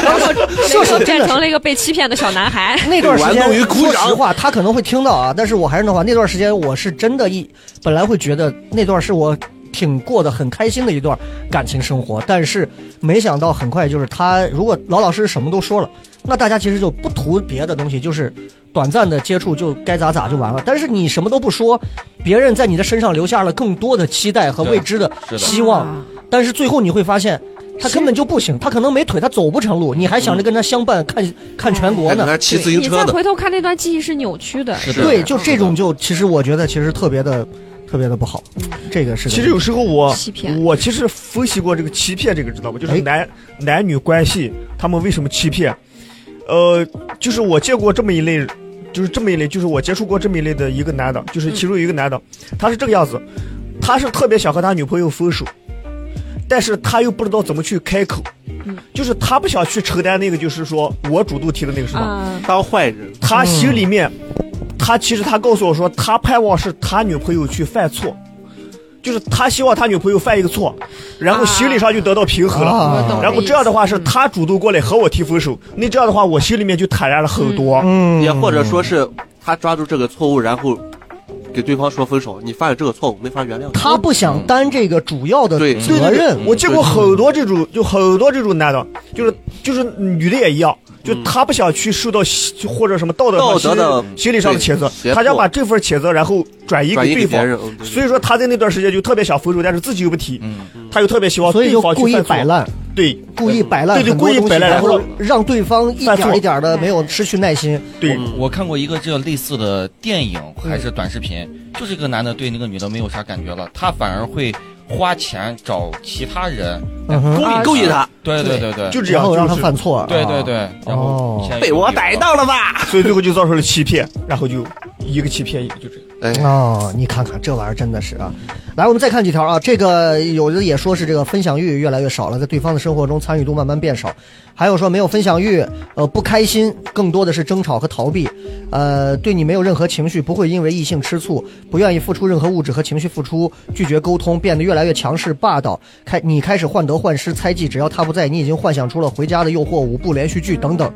然后射手真的是变成了一个被欺骗的小男孩。 那段时玩弄于间，股说掌实话，他可能会听到啊，但是我还是那话，那段时间我是真的一，本来会觉得那段是我挺过得很开心的一段感情生活，但是没想到很快就是他如果老老实实什么都说了，那大家其实就不图别的东西，就是短暂的接触就该咋咋就完了。但是你什么都不说，别人在你的身上留下了更多的期待和未知的是的，希望，啊但是最后你会发现。他根本就不行，他可能没腿，他走不成路。你还想着跟他相伴，看看全国还在呢那？骑自行你车再呢，回头看那段记忆是扭曲的，是的，对，就这种就其实我觉得其实特别的特别的不好，这个是其实有时候我欺骗我其实分析过这个欺骗这个，知道吗？就哎是男男女关系他们为什么欺骗？呃，就是我见过这么一类，嗯就是这么一类，就是我接触过这么一类的一个男的，就是其中有一个男的，他是这个样子。他是特别想和他女朋友分手，但是他又不知道怎么去开口，嗯就是他不想去承担那个，就是说我主动提的那个什么，啊，当坏人，他心里面，他其实他告诉我说，他盼望是他女朋友去犯错，就是他希望他女朋友犯一个错，然后心理上就得到平衡了。啊我懂然后这样的话是他主动过来和我提分手，那这样的话我心里面就坦然了很多。嗯，也或者说是他抓住这个错误，然后给对方说分手，你犯了这个错误，没法原谅你。他不嗯想担这个主要的对对责对嗯对任，，我见过很多这种，就很多这种男的，就是就是女的也一样，就他不想去受到西或者什么道德上道德的心心理上的谴责对胁，迫他想把这份谴责然后转移转移给给对别方。人，嗯对所以说他在那段时间就特别想分手，但是自己又不提，他又特别希望所以对就方故意去犯错摆，烂，对故意摆烂对对很多故意东西，摆烂然后然后让对方一犯点错一点的没有失去耐心。对，我看过一个这类似的电影还是短视频，就是这个男的对那个女的没有啥感觉了，他反而会花钱找其他人来嗯哼勾啊引勾引他。对对对对，就这然样，后让他就是犯错，对啊对对，然后哦现在被有我理由逮了到了吧？所以最后就造成了欺骗，然后就一个欺骗一个就这样。哦，你看看这玩意儿真的是啊！来，我们再看几条啊。这个有的也说是这个分享欲越来越少了，在对方的生活中参与度慢慢变少。还有说没有分享欲，呃，不开心，更多的是争吵和逃避。呃，对你没有任何情绪，不会因为异性吃醋，不愿意付出任何物质和情绪付出，拒绝沟通，变得越来越强势霸道。开你开始患得患失，猜忌只要他不在，你已经幻想出了回家的诱惑、五部连续剧等等。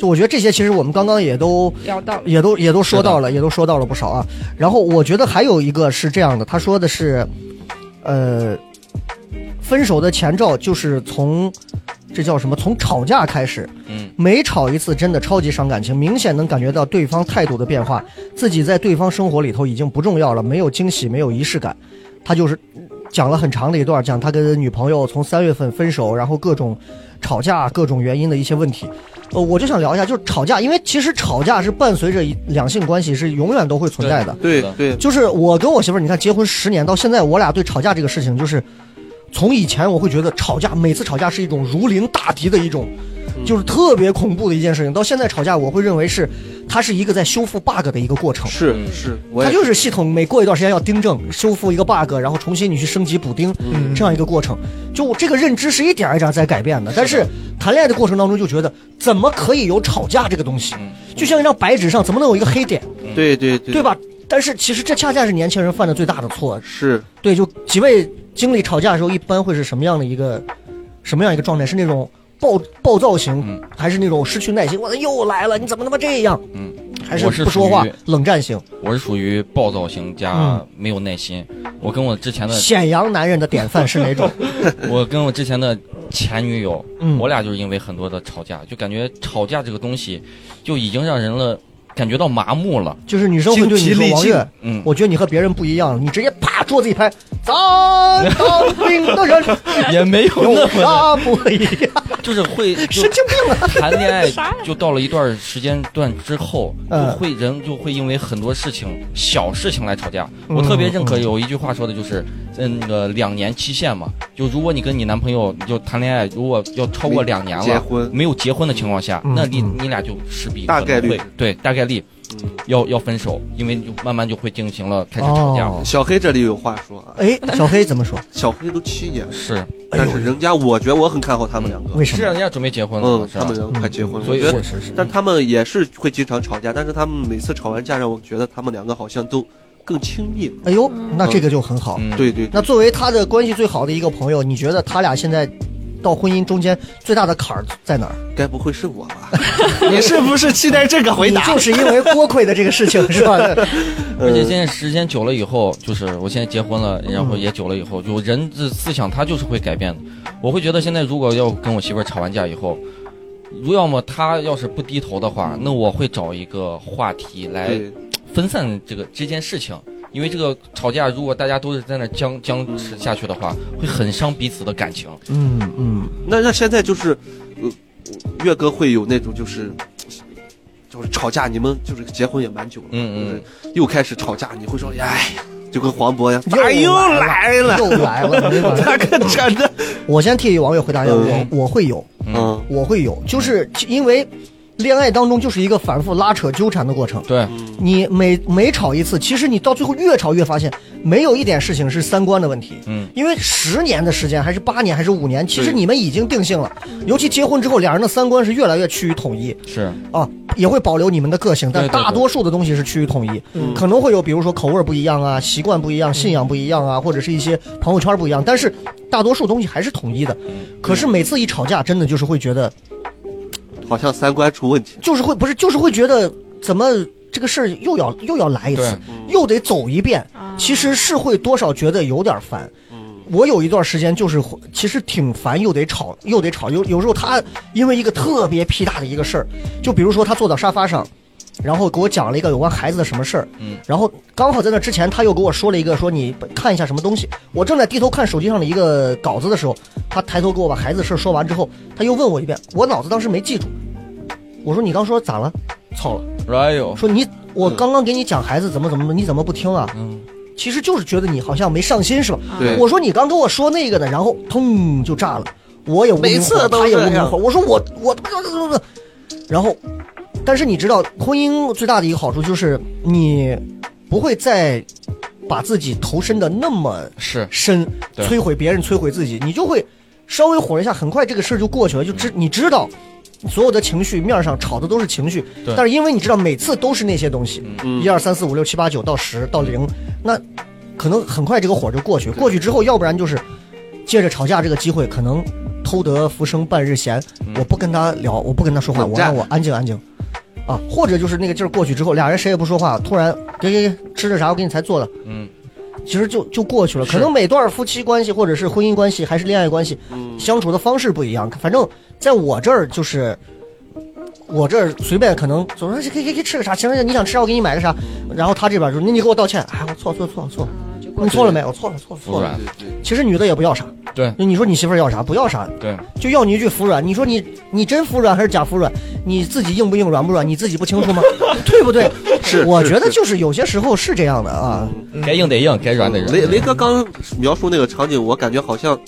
就我觉得这些，其实我们刚刚也都聊到了，也都也都说到了，也都说到了不少啊。然后我觉得还有一个是这样的，他说的是，呃，分手的前兆就是从这叫什么？从吵架开始，嗯，每吵一次真的超级伤感情，明显能感觉到对方态度的变化，自己在对方生活里头已经不重要了，没有惊喜，没有仪式感。他就是讲了很长的一段，讲他跟女朋友从三月份分手，然后各种吵架、各种原因的一些问题。呃，我就想聊一下，就是吵架，因为其实吵架是伴随着一两性关系是永远都会存在的。对对，就是我跟我媳妇儿，你看结婚十年到现在，我俩对吵架这个事情，就是从以前我会觉得吵架，每次吵架是一种如临大敌的一种，嗯就是特别恐怖的一件事情。到现在吵架，我会认为是它是一个在修复 bug 的一个过程。是嗯是，我它也就是系统每过一段时间要订正、修复一个 bug，然后重新你去升级补丁，嗯这样一个过程。就我这个认知是一点儿一点儿在改变的，但是谈恋爱的过程当中就觉得怎么可以有吵架这个东西？就像一张白纸上怎么能有一个黑点，对对对对？吧？但是其实这恰恰是年轻人犯的最大的错。是对，就几位经历吵架的时候，一般会是什么样的一个什么样一个状态？是那种暴暴躁型，嗯还是那种失去耐心？我的又来了，你怎么他妈这样？嗯，还是我是不说话属于冷战型？我是属于暴躁型加嗯没有耐心。我跟我之前的显阳男人的典范是哪种？我跟我之前的前女友，嗯我俩就是因为很多的吵架，就感觉吵架这个东西就已经让人了感觉到麻木了。就是女生会对你说王月，嗯，我觉得你和别人不一样，你直接啪桌子一拍，咱当兵的人也没有有啊那么啥不一样？就是会就神经病啊！谈恋 爱就到了一段时间段之后，嗯就会人就会因为很多事情小事情来吵架。嗯我特别认可有一句话说的就是，嗯，那个两年期限嘛，就如果你跟你男朋友你就谈恋爱，如果要超过两年了，结婚没有结婚的情况下，嗯那你嗯你俩就势必大可能概率会对大概率嗯要要分手，因为你就慢慢就会进行了开始吵架。哦小黑这里有话说啊，哎，小黑怎么说？小黑都七年了，是，但是啊人家我觉得我很看好他们两个为，什是啊么？人家准备结婚了嘛，嗯，是他吧们？两个快结婚了，所以我觉得我是是但他们也是会经常吵架，但是他们每次吵完架，让我觉得他们两个好像都更亲密了。哎呦，那这个就很好。嗯，对对，那作为他的关系最好的一个朋友，你觉得他俩现在到婚姻中间最大的坎儿在哪儿？该不会是我吧？你是不是期待这个回你答就？是因为锅盔的这个事情是 吧？而呃嗯且现在时间久了以后，就是我现在结婚了，然后也久了以后，就人的思想他就是会改变的。我会觉得现在如果要跟我媳妇儿吵完架以后，如要么她要是不低头的话，那我会找一个话题来对，分散这个这件事情。因为这个吵架，如果大家都是在那僵僵嗯持下去的话，会很伤彼此的感情。嗯嗯，那那现在就是，呃，岳哥会有那种就是。就是吵架，你们就是结婚也蛮久了，嗯嗯，就是又开始吵架，你会说，哎呀，就跟黄渤呀，又咋又哎来了？又来了，你 把他可真的我先替王月回答一下，我嗯我会有，嗯，我会有，就是因为恋爱当中就是一个反复拉扯纠缠的过程。对，嗯，你每每吵一次，其实你到最后越吵越发现，没有一点事情是三观的问题。嗯，因为十年的时间，还是八年，还是五年，其实对你们已经定性了。尤其结婚之后，两人的三观是越来越趋于统一是啊，也会保留你们的个性，但对对对大多数的东西是趋于统一。嗯可能会有比如说口味儿不一样啊、习惯不一样、信仰不一样啊，或者是一些朋友圈不一样，但是大多数东西还是统一的。嗯可是每次一吵架，真的就是会觉得，好像三观出问题。就是会不是，就是会觉得怎么这个事儿又要又要来一次对，又得走一遍。啊其实是会多少觉得有点烦。我有一段时间就是会其实挺烦，又得吵，又得吵。有有时候他因为一个特别屁大的一个事儿，就比如说他坐到沙发上，然后给我讲了一个有关孩子的什么事儿，嗯，然后刚好在那之前他又给我说了一个说你看一下什么东西，我正在低头看手机上的一个稿子的时候，他抬头给我把孩子的事儿说完之后，他又问我一遍，我脑子当时没记住，我说你刚说咋了？操了，哎呦，说你我刚刚给你讲孩子怎么怎么的，你怎么不听啊？嗯，其实就是觉得你好像没上心是吧？啊对我说你刚跟我说那个呢，然后砰就炸了，我也无名每次火，都他也这无名样火。我说我我，然后，但是你知道，婚姻最大的一个好处就是你不会再把自己投身的那么是深，对摧毁别人，摧毁自己，你就会稍微火一下，很快这个事儿就过去了，就知你知道。所有的情绪面上吵的都是情绪，对但是因为你知道每次都是那些东西，嗯一二三四五六七八九到十到零，那可能很快这个火就过去。过去之后，要不然就是借着吵架这个机会，可能偷得浮生半日闲，嗯我不跟他聊，我不跟他说话，冷我战让我安静安静。啊，或者就是那个劲儿过去之后，俩人谁也不说话，突然给给给吃的啥？我给你才做的，嗯，其实就就过去了。是可能每段夫妻关系，或者是婚姻关系，还是恋爱关系，嗯相处的方式不一样。反正在我这儿就是，我这儿随便可能总是可以可以可以吃个啥，行行，你想吃啥我给你买个啥。然后他这边就是你你给我道歉，哎，我错错错错，你错了没？我错了错了服错了。软，对对，其实女的也不要啥，对，你说你媳妇儿要啥不要啥，对，就要你一句服软。你说你你真服软还是假服软？你自己硬不硬软不软？你自己不清 楚吗？对不对？是我是觉得是就是有些时候是这样的啊。该硬得硬，该软得嗯雷软。雷哥刚描述那个场景，我感觉好像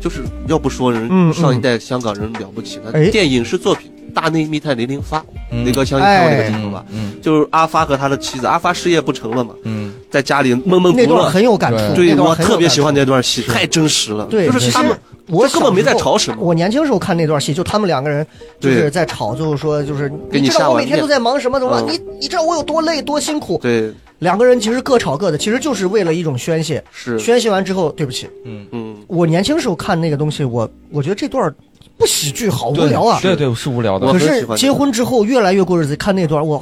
就是要不说嗯人嗯上一代香港人了不起的哎电影式作品《大内密探零零发》，嗯雷哥相信看过那哎个镜头嗯吧？嗯就是阿发和他的妻子，阿发事业不成了嘛，嗯，在家里闷闷那不段乐。很有感触，对那段我很有特别感喜触欢那段戏，太真实了。对就是他们，我就根本没在小时候吵什么我年轻时候看那段戏，就他们两个人就是对在吵，就是说就是给你知道吓我完每天都在忙什么怎么，嗯你你知道我有多累多辛苦。对，两个人其实各吵各的，其实就是为了一种宣泄。是，宣泄完之后，对不起，嗯，我年轻时候看那个东西，我我觉得这段不喜剧，好无聊啊。对对，是无聊的我。可很喜欢是这段结婚之后越来越过日子，看那段哇，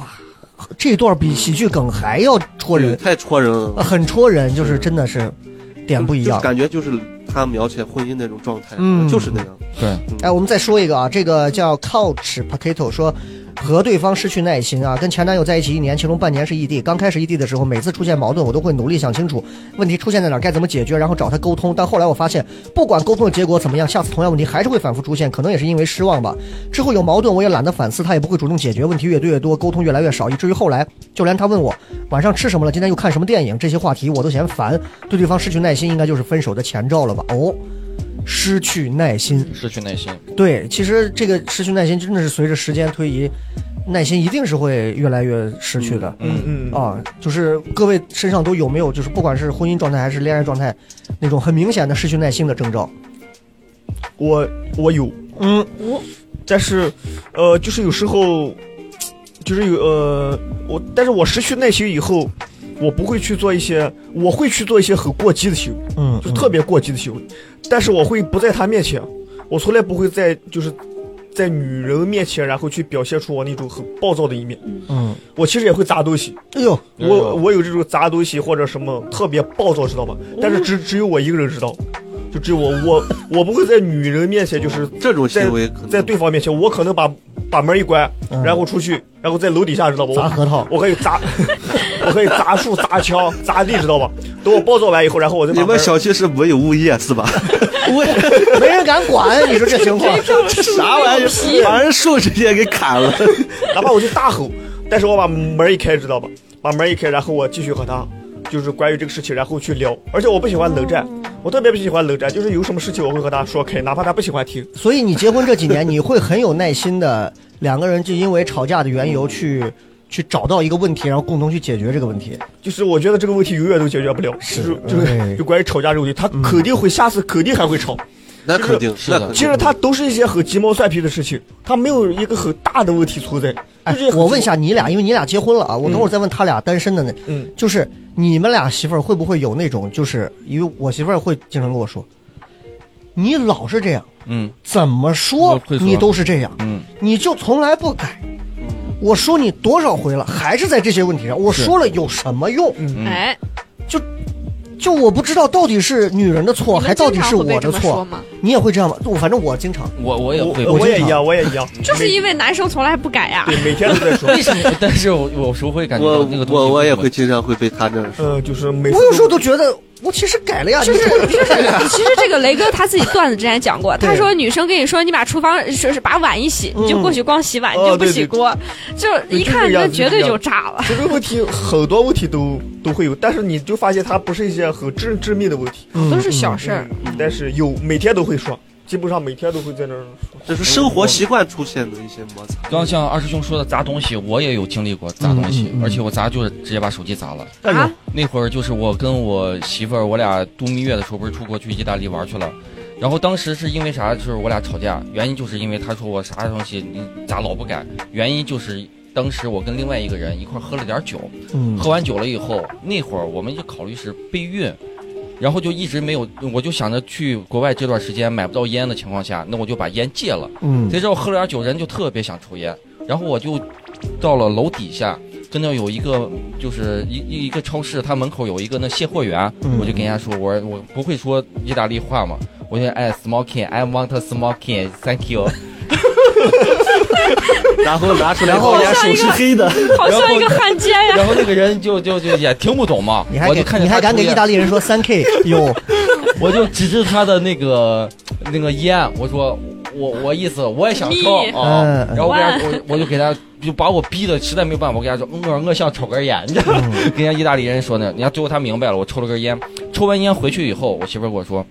这段比喜剧梗还要戳对人，太戳人呃了，很戳人，就是真的是点不一就样是。感觉就是他描写婚姻那种状态，嗯就是那样。对，哎，我们再说一个啊，这个叫 Couch Potato 说，和对方失去耐心啊，跟前男友在一起一年，其中半年是异地。刚开始异地的时候，每次出现矛盾，我都会努力想清楚问题出现在哪儿，该怎么解决，然后找他沟通。但后来我发现，不管沟通的结果怎么样，下次同样问题还是会反复出现，可能也是因为呃失望吧。之后有矛盾，我也懒得反思，他也不会主动解决，问题越堆越多，沟通越来越少，以至于后来就连他问我晚上吃什么了，今天又看什么电影，这些话题我都嫌烦。对对方失去耐心，应该就是分手的前兆了吧？哦，失去耐心。失去耐心，对，其实这个失去耐心真的是随着时间推移，耐心一定是会越来越失去的。嗯嗯啊，就是各位身上都有没有，就是不管是婚姻状态还是恋爱状态，那种很明显的失去耐心的征兆。我我有，嗯，但是，呃，就是有时候，就是有呃，我，但是我失去耐心以后，我不会去做一些，我会去做一些很过激的行为，嗯，就是特别过激的行为，但是我会不在她面前，我从来不会在就是在女人面前，然后去表现出我那种很暴躁的一面。嗯，我其实也会砸东西，哎呦，哎我呦我有这种砸东西或者什么特别暴躁，知道吗？但是嗯只只有我一个人知道，就只有我我我不会在女人面前就是这种行为可能在对方面前，我可能把把门一关，嗯然后出去，然后在楼底下，知道吧？砸我核桃，我可以砸， 我可以砸树、砸墙、砸地，知道吧？等我暴躁完以后，然后我再你把门们小区是没有物业是 吧？没人敢管，你说这情 况，这 啥玩意儿？把人树直接给砍了。哪怕我就大吼，但是我把门一开，知道吧？把门一开，然后我继续和他就是关于这个事情，然后去聊。而且我不喜欢冷战，我特别不喜欢冷战，就是有什么事情我会和他说开，哪怕他不喜欢听。所以你结婚这几年，你会很有耐心的，两个人就因为吵架的缘由去去找到一个问题，然后共同去解决这个问题。就是我觉得这个问题永远都解决不了，是就是这个哎嗯就关于吵架这个问题，他肯定会下次肯定还会吵。那肯定是那的肯定其实他都是一些很鸡毛蒜皮的事情，他没有一个很大的问题存在。哎就这，很我问一下你嗯俩，因为你俩结婚了啊，我等会儿嗯再问他俩单身的呢。嗯，就是你们俩媳妇儿会不会有那种，就是因为我媳妇儿会经常跟我说，你老是这样，嗯怎么说我会说你都是这样，嗯，你就从来不改。我说你多少回了，还是在这些问题上。我说了有什么用？嗯哎，就我不知道到底是女人的错，你还们到经底常是会被我这的么说错。吗？嗯你也会这样吗？我反正我经常。我我也我会，我我也经常一样，我也一样， 就是因为男生从来不改呀。对每天都在说。为什么？但是我有时候会感觉我到那个东西我我也会经常会被他这样说，嗯，就是每次我有时候都觉得我其实改了呀， 就是你就是，其实这个雷哥他自己段子之前讲过，他说女生跟你说你把厨房是是把碗一洗，你就过去光洗碗，嗯你哦就不洗锅，就一看你就对就这个样子绝对就炸了。其实问题很多问题都都会有，但是你就发现它不是一些很致致命的问题，都是小事儿嗯，，但是有每天都会说，基本上每天都会在那儿说。这是生活习惯出现的一些摩擦。刚像二师兄说的砸东西，我也有经历过砸东西，嗯嗯嗯而且我砸就是直接把手机砸了。啊，那会儿就是我跟我媳妇儿，我俩度蜜月的时候不是出国去意大利玩去了，然后当时是因为啥？就是我俩吵架，原因就是因为她说我啥东西你咋老不改，原因就是当时我跟另外一个人一块儿喝了点酒，嗯喝完酒了以后，那会儿我们就考虑是备孕，然后就一直没有，我就想着去国外这段时间买不到烟的情况下，那我就把烟戒了。嗯谁知道喝了点酒，人就特别想抽烟，然后我就到了楼底下，跟那有一个就是一一一个超市，它门口有一个那卸货员，嗯我就跟人家说，我说我不会说意大利话嘛，我就哎 smoking I want smoking thank you，然后拿出来，然后人家手是黑的，好像一个汉奸 呀。然后那个人就就就也听不懂嘛你，还我就看给见你还他敢抽给烟意大利人说三 K 有我就指着他的那个那个烟，我说我我意思我也想抽你啊嗯，然后我给他我我就给他就把我逼的实在没办法，我给他说嗯我我想抽根烟，你知道吗，跟人家意大利人说呢，人家最后他明白了，我抽了根烟，抽完烟回去以后，我媳妇儿跟我说。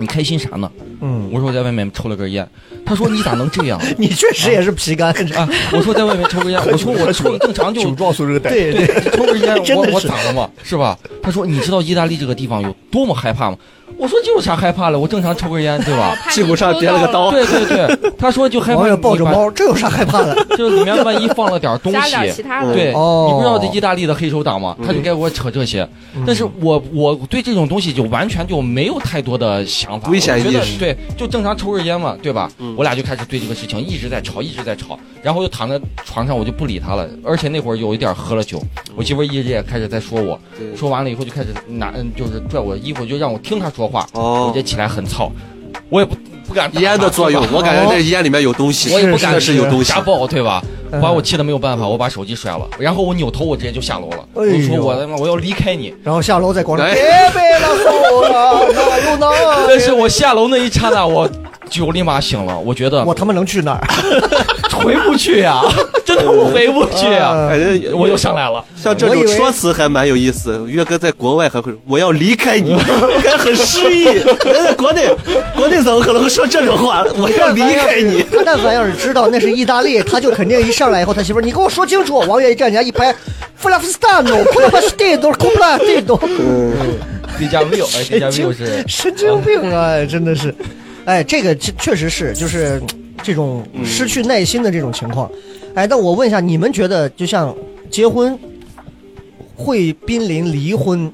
你开心啥呢？嗯，我说我在外面抽了根烟，他说你咋能这样你确实也是皮干，啊？我说在外面抽根烟，我说我抽正常就酒壮怂人胆，对对，抽根烟， 真我的我是咋了嘛？是吧？他说你知道意大利这个地方有多么害怕吗？我说就有啥害怕了，我正常抽根烟，对吧？屁股上别了哦个刀，对对对，他说就害网怕友你抱着把，猫，这有啥害怕的？就里面万一放了点东加点西其，他嗯的，对，哦你不知道这意大利的黑手党吗？他就该给我扯这些，嗯但是我我对这种东西就完全就没有太多的想法，危险我觉得意识对，就正常抽根烟嘛，对吧嗯？我俩就开始对这个事情一直在吵，一直在吵，然后就躺在床上，我就不理他了。而且那会儿有一点喝了酒，我媳妇儿一直也开始在说我，嗯对说完了以后就开始拿嗯就是拽我的衣服，就让我听他说话，我哦就，起来很操，我也不不敢打烟的他作用是吧，我感觉这烟里面有东西，我也不敢真的是有东西瞎。爆，对吧？嗯把我气的没有办法，我把手机摔了，然后我扭头，我直接就下楼了。哎我呦说我他妈我要离开你，然后下楼在广场，哎别被拉走了，哪有哪但是我下楼那一刹那，我酒立马醒了，我觉得我他妈能去哪儿？回不去呀， 真的我回不去呀，感觉我就上来了。哎像这我以种为说辞还蛮有意思。岳哥在国外还会，我要离开你，还很诗意。人在国内，国内怎么可能会说这种话？我要离开 你。他但凡要是知道那是意大利，他就肯定一上来以后，他媳妇儿，你给我说清楚。王源一站起来一拍，弗拉夫斯坦诺，库拉巴斯蒂多，库拉蒂多，嗯这家 view，哎，这家 view 是神经病啊，真的是。 哎，这个确确实是，就是嗯这种失去耐心的这种情况。哎，那我问一下，你们觉得就像结婚会濒临离婚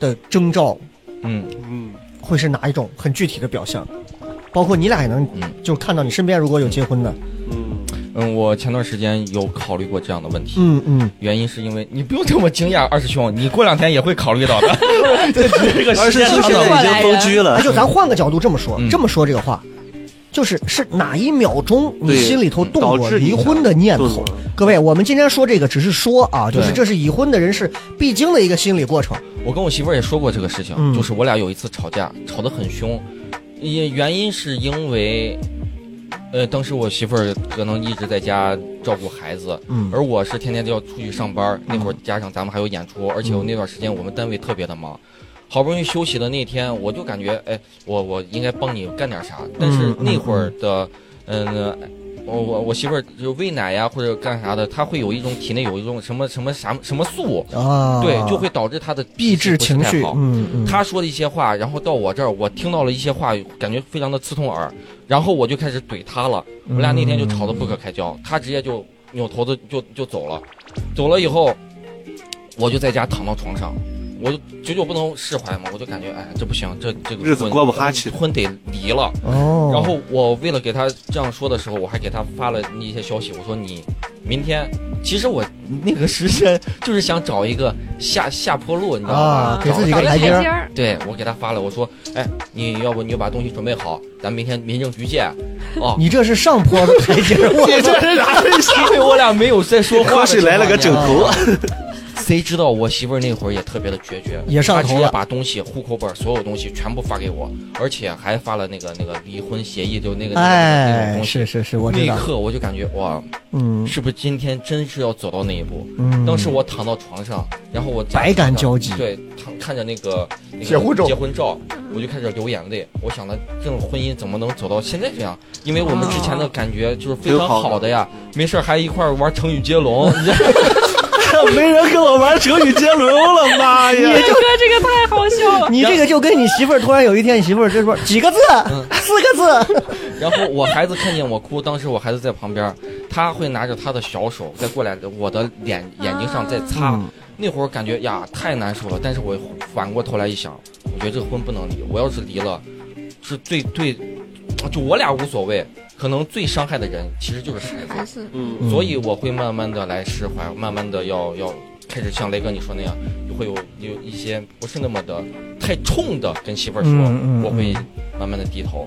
的征兆嗯，嗯，会是哪一种很具体的表象？包括你俩也能嗯就看到你身边如果有结婚的，嗯，嗯，我前段时间有考虑过这样的问题。嗯嗯，原因是因为你不用对我惊讶，二师兄，你过两天也会考虑到 的。这只是个啊而时是间长现短在已经封居了 哎，，就咱换个角度这么说，嗯这么说这个话，就是是哪一秒钟你对心里头动导过致你离婚的念头动了？各位，我们今天说这个只是说啊，就是对这是已婚的人士必经的一个心理过程。我跟我媳妇儿也说过这个事情，嗯就是我俩有一次吵架，吵得很凶，也原因是因为，呃，当时我媳妇儿可能一直在家照顾孩子，嗯而我是嗯天天都要出去上班儿，那会儿加上咱们还有演出，而且我那段时间我们单位特别的忙，好不容易休息的那天，我就感觉，哎，我我应该帮你干点啥。但是嗯嗯那会儿的，嗯，呃我我我媳妇儿就喂奶呀或者干啥的，她会有一种体内有一种什么什么啥什么素，啊，对，就会导致她的抑制脾气情不是太绪好，嗯嗯，他说的一些话，然后到我这儿，我听到了一些话，感觉非常的刺痛耳，然后我就开始怼他了。我们俩那天就吵得不可开交，他直接就扭头子就就走了，走了以后，我就在家躺到床上，我就久久不能释怀嘛，我就感觉哎，这不行，这这个日子婚过不下去婚得离了。哦，然后我为了给他这样说的时候，我还给他发了一些消息，我说你明天，其实我那个时辰就是想找一个下下坡路，你知道吗？啊，给自己一个台台阶儿，儿，对我给他发了，我说，哎，你要不你就把东西准备好，咱明天民政局见。哦，你这是上坡的台阶儿，我 这是啥意思？因为我俩没有在说话，喝水来了个枕。 头，谁知道我媳妇儿那会儿也特别的决绝，也上她头直接了把东西、户口本所有东西全部发给我，而且还发了那个那个离婚协议，就那个那个那种哎，东西。是是是，我那知一道，刻我就感觉哇，嗯是不是今天真是要走到那一步？嗯，当时我躺到床上，然后我家百感床上交集对，躺看着那个那个结婚照结婚照，我就开始流眼泪。我想的这种婚姻怎么能走到现在这样？因为我们之前啊的感觉就是非常挺好的好的呀，没事儿还一块儿玩成语 接龙，没人跟我玩成语接龙了，妈呀！ 这个哎这个太好笑 了。你这个就跟你媳妇儿突然有一天，你媳妇儿这说几个字，嗯四个字，然后我孩子看见我哭，当时我孩子在旁边儿，他会拿着他的小手再过来我的脸眼睛上再擦。嗯那会儿感觉呀太难受了，但是我反过头来一想，我觉得这个婚不能离，我要是离了，是最最，就我俩无所谓，可能最伤害的人其实就是孩还子，是嗯，所以我会慢慢的来释怀，慢慢的要要开始像雷哥你说那样，会有有一些不是那么的太冲的跟媳妇儿说，嗯嗯嗯我会慢慢的低头。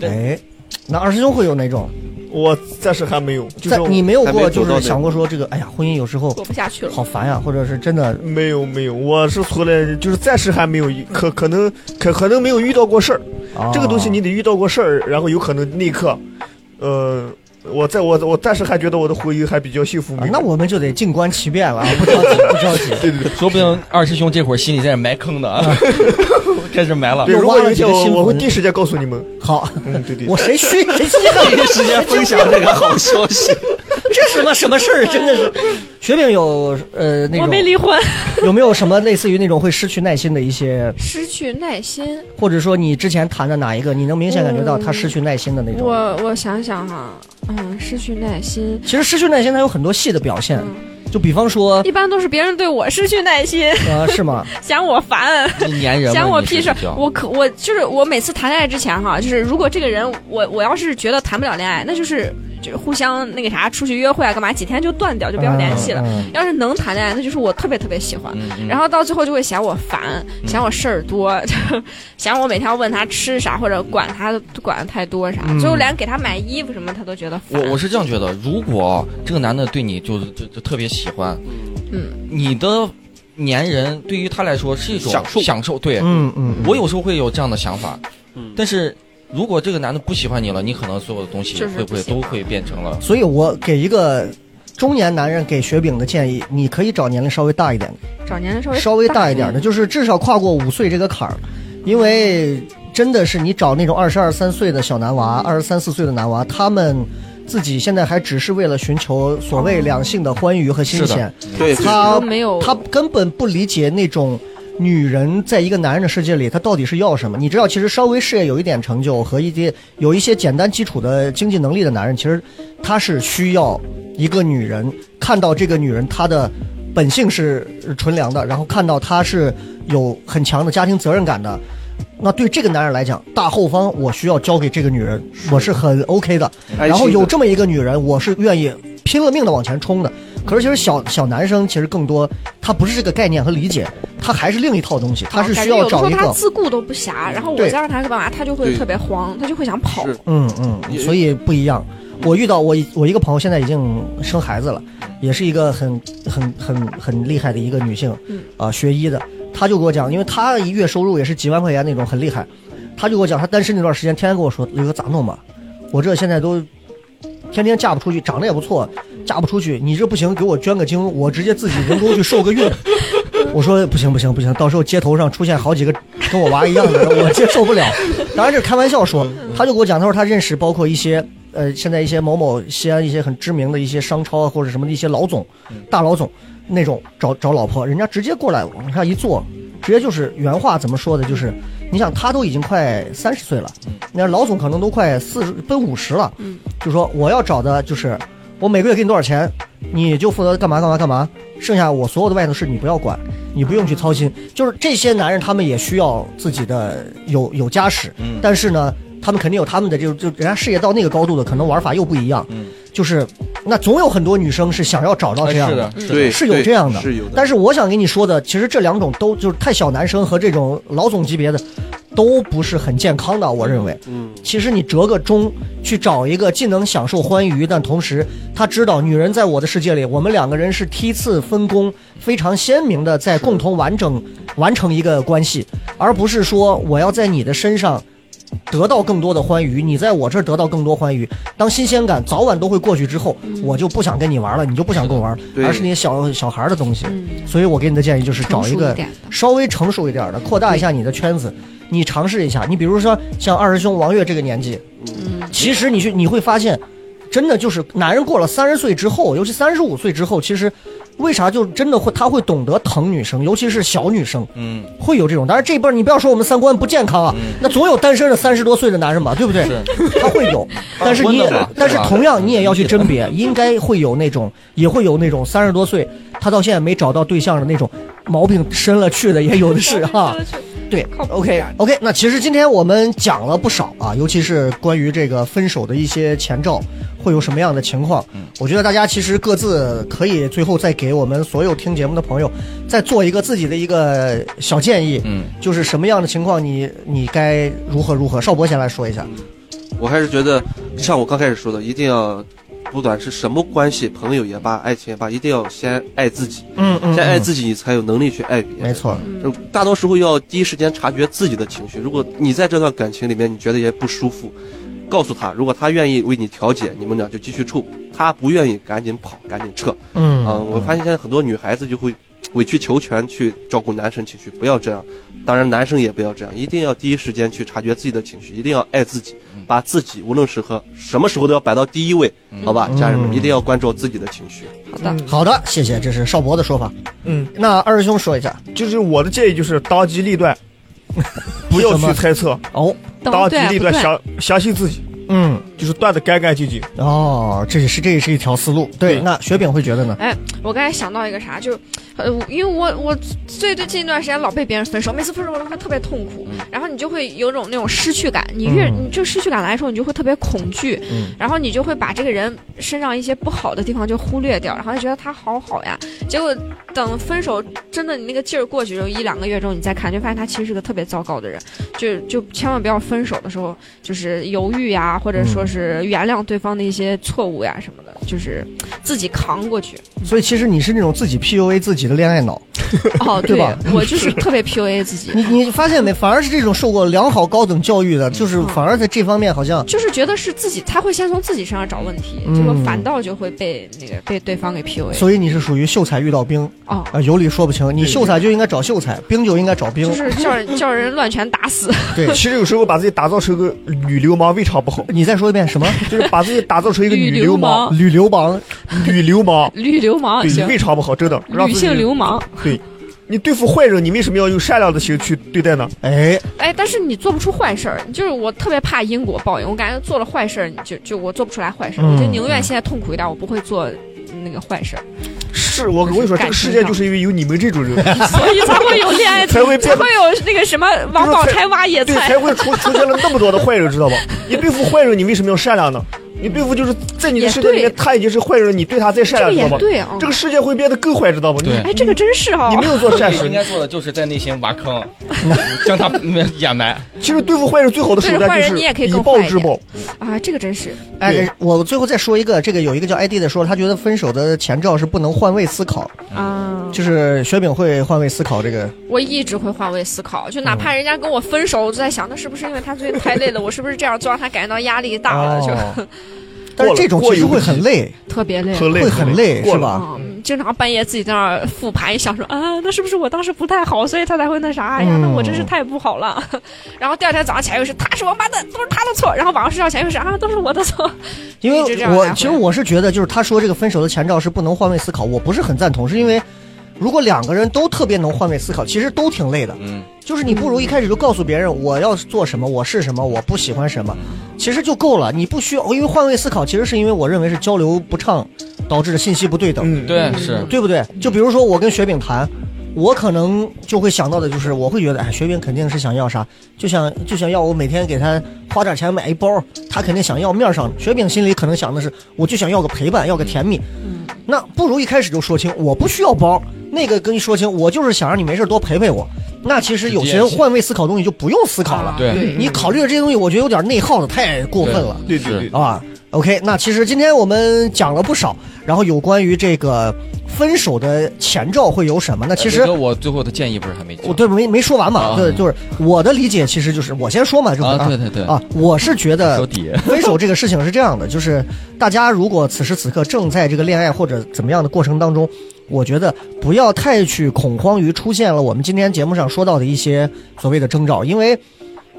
对哎，那二师兄会有哪种？我暂时还没有，就在是我你没有还没过走就是到那想过说这个，哎呀，婚姻有时候过不下去了。好烦呀，啊或者是真的，没有没有，我是从来就是暂时还没有，可可能可可能没有遇到过事儿。啊这个东西你得遇到过事儿，然后有可能那一刻，呃，我在我我暂时还觉得我的婚姻还比较幸福啊美满。那我们就得静观其变了，啊，不着急，不着急。对对对，说不定二师兄这会儿心里在这埋坑呢，啊开始埋了对，又如挖果了有一几天个我新我会坟第一时间告诉你们。好，嗯，对对。我谁虚谁虚呢？第一时间分享这个好消息，这什么什么事儿？真的是，雪饼有呃那我没种离婚，有没有什么类似于那种会失去耐心的一些，失去耐心。或者说你之前谈的哪一个，你能明显感觉到他失去耐心的那种？嗯我我想想哈，嗯，失去耐心，其实失去耐心，它有很多细的表现，嗯，就比方说， 一般都是别人对我失去耐心， 呃，是吗？嫌我烦，你粘人吗嫌我你屁睡事儿觉。我可我就是我每次谈恋爱之前哈，就是如果这个人我我要是觉得谈不了恋爱，那就是就是互相那个啥，出去约会啊干嘛，几天就断掉，就不要联系了。嗯要是能谈恋爱，那就是我特别特别喜欢。嗯嗯然后到最后就会嫌我烦，嫌我事儿多， 嫌我每天要问他吃啥或者管他管的太多啥，嗯最后连给他买衣服什么他都觉得我烦。我是这样觉得，如果这个男的对你就是就就特别喜欢，嗯，你的粘人对于他来说是一种享受享受。对、嗯嗯嗯，我有时候会有这样的想法，嗯但是如果这个男的不喜欢你了，你可能所有的东西就是会不不会喜欢都会变成了？所以我给一个中年男人给雪饼的建议，你可以找年龄稍微大一点的，找年龄稍微稍微大一点的，就是至少跨过五岁这个坎儿，因为真的是你找那种二十二三岁的小男娃，二十三四岁的男娃，他们自己现在还只是为了寻求所谓两性的欢愉和新是鲜的，对，他都没有他根本不理解那种女人在一个男人的世界里，她到底是要什么。你知道，其实稍微事业有一点成就和一些有一些简单基础的经济能力的男人，其实他是需要一个女人看到这个女人她的本性是纯良的，然后看到她是有很强的家庭责任感的。那对这个男人来讲，大后方我需要交给这个女人，我是很 OK 的。安然后心有哎的这么一个女人，我是愿意拼了命的往前冲的。可是其实小小男生其实更多，他不是这个概念和理解，他还是另一套东西，他是需要找哦感一觉有的时候他个，嗯自顾都不暇，然后我对再让他干嘛，他就会对特别慌，他就会想跑。是嗯嗯，所以不一样。我遇到我一我一个朋友现在已经生孩子了，也是一个很很很很厉害的一个女性，啊、嗯学医的，她就给我讲，因为她一月收入也是几万块钱那种，很厉害。她就给我讲，她单身那段时间，天天跟我说，雷哥咋弄吧，我这现在都天天嫁不出去，长得也不错，嫁不出去，你这不行，给我捐个精，我直接自己人工去受个孕。我说不行不行不行，到时候街头上出现好几个跟我娃一样的人，我接受不了。当然这是开玩笑说，他就给我讲，他说他认识包括一些呃现在一些某某西安一些很知名的一些商超啊或者什么的一些老总、大老总那种找找老婆，人家直接过来往下一坐，直接就是原话怎么说的，就是你想他都已经快三十岁了，那老总可能都快四十奔五十了，就说我要找的就是我每个月给你多少钱，你就负责干嘛干嘛干嘛，剩下我所有的外头事你不要管，你不用去操心。就是这些男人他们也需要自己的有有家室，但是呢，他们肯定有他们的这种，就人家事业到那个高度的，可能玩法又不一样。就是那总有很多女生是想要找到这样哎是的的，，是的对，是有对这样的是有的。但是我想跟你说的，其实这两种都就是太小男生和这种老总级别的，都不是很健康的。我认为，嗯，其实你折个中去找一个既能享受欢愉，但同时他知道女人在我的世界里，我们两个人是梯次分工非常鲜明的，在共同完整完成一个关系，而不是说我要在你的身上。得到更多的欢愉，你在我这儿得到更多欢愉。当新鲜感早晚都会过去之后，我就不想跟你玩了，你就不想跟我玩了，对而是那些小小孩儿的东西。嗯，所以我给你的建议就是找成熟个点的稍微成熟一点的，扩大一下你的圈子，你尝试一下。你比如说像二师兄王悦这个年纪，其实你去你会发现，真的就是男人过了三十岁之后，尤其三十五岁之后，其实为啥就真的会他会懂得疼女生，尤其是小女生，嗯，会有这种。当然这一辈儿你不要说我们三观不健康啊，那总有单身的三十多岁的男人嘛，对不对？ 他会有，但是你也是吧但是同样你也要去甄别，应该会有那种也会有那种三十多岁他到现在没找到对象的那种毛病深了去的也有的是哈、对靠谱一，OK 点儿 OK，那其实今天我们讲了不少啊，尤其是关于这个分手的一些前兆，会有什么样的情况？我觉得大家其实各自可以最后再给我们所有听节目的朋友，再做一个自己的一个小建议，嗯，就是什么样的情况你你该如何如何？邵博先来说一下，我还是觉得，就像我刚开始说的，一定要，不管是什么关系，朋友也罢，爱情也罢，一定要先爱自己，嗯嗯先爱自己，你才有能力去爱别人。没错，嗯，大多时候要第一时间察觉自己的情绪。如果你在这段感情里面你觉得也不舒服，告诉他，如果他愿意为你调解，你们俩就继续处；他不愿意，赶紧跑，赶紧撤。嗯啊、我发现现在很多女孩子就会委曲求全去照顾男生情绪，不要这样。当然，男生也不要这样，一定要第一时间去察觉自己的情绪，一定要爱自己，嗯把自己无论是和什么时候都要摆到第一位，好吧，家人嗯们一定要关照自己的情绪。好的，好的，谢谢，这是邵博的说法。嗯，那二师兄说一下就是我的建议就是当机立断，不要去猜测，哦，当等机对立不断，对？相相信自己，嗯，就是断的干干净净。哦，这也是这也是一条思路。对，那雪饼会觉得呢？哎，我刚才想到一个啥，就，呃，我因为我我最最近一段时间老被别人分手，每次分手我都会特别痛苦，嗯然后你就会有种那种失去感，你越、嗯你这失去感来的时候，你就会特别恐惧，嗯然后你就会把这个人身上一些不好的地方就忽略掉，然后就觉得他好好呀，结果等分手真的你那个劲儿过去之后，一两个月之后你再看，就发现他其实是个特别糟糕的人，就就千万不要分手的时候就是犹豫呀，啊或者说是原谅对方的一些错误呀什么的，就是自己扛过去。所以其实你是那种自己 PUA 自己的恋爱脑，哦，对 吧我就是特别 PUA 自己，你你发现没？反而是这种受过良好高等教育的，就是反而在这方面好像就是觉得是自己，他会先从自己身上找问题，结果反倒就会被那个被对方给 PUA。嗯所以你是属于秀才遇到兵哦啊、，有理说不清。你秀才就应该找秀才，兵就应该找兵就。是叫人叫人乱拳打死。对其实有时候把自己打造成个女流氓未尝不好，你再说一遍什么？就是把自己打造成一个女女流流氓氓，吕流氓，女流氓，女流氓对，行，未尝不好，真的。让女自己性流氓。对，你对付坏人，你为什么要用善良的心去对待呢？哎，哎，但是你做不出坏事儿，就是我特别怕因果报应，我感觉做了坏事儿，你就就我做不出来坏事儿，嗯我就宁愿现在痛苦一点，我不会做那个坏事儿， 是我跟你说，这个世界就是因为有你们这种人，所以才会有恋爱，才会变才会有那个什么王宝钗挖野 对，菜才。会出出现了那么多的坏人，知道吧？你对付坏人，你为什么要善良呢？你对付就是在你的世界里也面，对他已经是坏人，你对他再善这个良，知也道吧？对啊这，个世界会变得更坏，知道吧？你对哎，这个真是哈你，没有做善事应，该做的就是在内心挖 坑，将他掩埋。其实对付坏人最好的手段对坏人就是你也可以以更暴坏一制点暴。啊，这个真是，哎对，我最后再说一个，这个有一个叫 ID 的说，他觉得分手的前兆是不能换位思考，嗯啊，就是雪饼会换位思考这个。我一直会换位思考，就嗯哪怕人家跟我分手，我就在想，那是不是因为他最近太累了？我是不是这样做让他感觉到压力大了？哦哦但是这种其实会很累，就特别累。很累，会很累，过是了吧？嗯，经常半夜自己在那儿复盘，想说啊，那是不是我当时不太好，所以他才会那啥？哎呀，那我真是太不好了。 然后第二天早上起来又是他是王八蛋，都是他的错。然后晚上睡觉前又是啊，都是我的错。因一直为这样我来回其实我是觉得，就是他说这个分手的前兆是不能换位思考，我不是很赞同，是因为如果两个人都特别能换位思考，其实都挺累的。嗯，就是你不如一开始就告诉别人我要做什么，我是什么，我不喜欢什么，其实就够了。你不需要，因为换位思考其实是因为我认为是交流不畅导致的信息不对等，嗯，对，是，对不对？就比如说我跟雪饼谈。我可能就会想到的就是，我会觉得，哎，雪饼肯定是想要啥，就想就想要我每天给他花点钱买一包，他肯定想要面上。雪饼心里可能想的是，我就想要个陪伴，要个甜蜜。那不如一开始就说清，我不需要包，那个跟你说清，我就是想让你没事多陪陪我。那其实有些人换位思考东西就不用思考了，对，你考虑的这些东西，我觉得有点内耗的太过分了。对对是对，啊。OK，那其实今天我们讲了不少，然后有关于这个分手的前兆会有什么呢？其实这个我最后的建议不是还没讲我对没没说完嘛，呃啊对，就是我的理解其实就是我先说嘛，这不啊，对对对，啊，我是觉手得底，分手这个事情是这样的，就是大家如果此时此刻正在这个恋爱或者怎么样的过程当中，我觉得不要太去恐慌于出现了我们今天节目上说到的一些所谓的征兆，因为。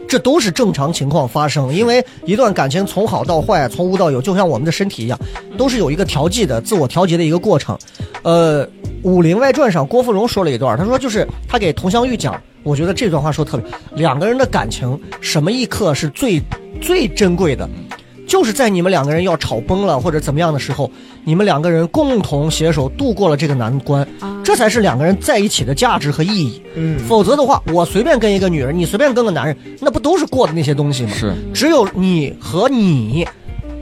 这都是正常情况发生，因为一段感情从好到坏，从无到有，就像我们的身体一样，都是有一个调剂的、自我调节的一个过程。呃，《武林外传》上郭芙蓉说了一段，她说就是她给佟湘玉讲，我觉得这段话说得特别，两个人的感情什么一刻是最最珍贵的，就是在你们两个人要吵崩了或者怎么样的时候，你们两个人共同携手度过了这个难关，这才是两个人在一起的价值和意义。嗯，否则的话，我随便跟一个女人，你随便跟个男人，那不都是过的那些东西吗？是只有你和你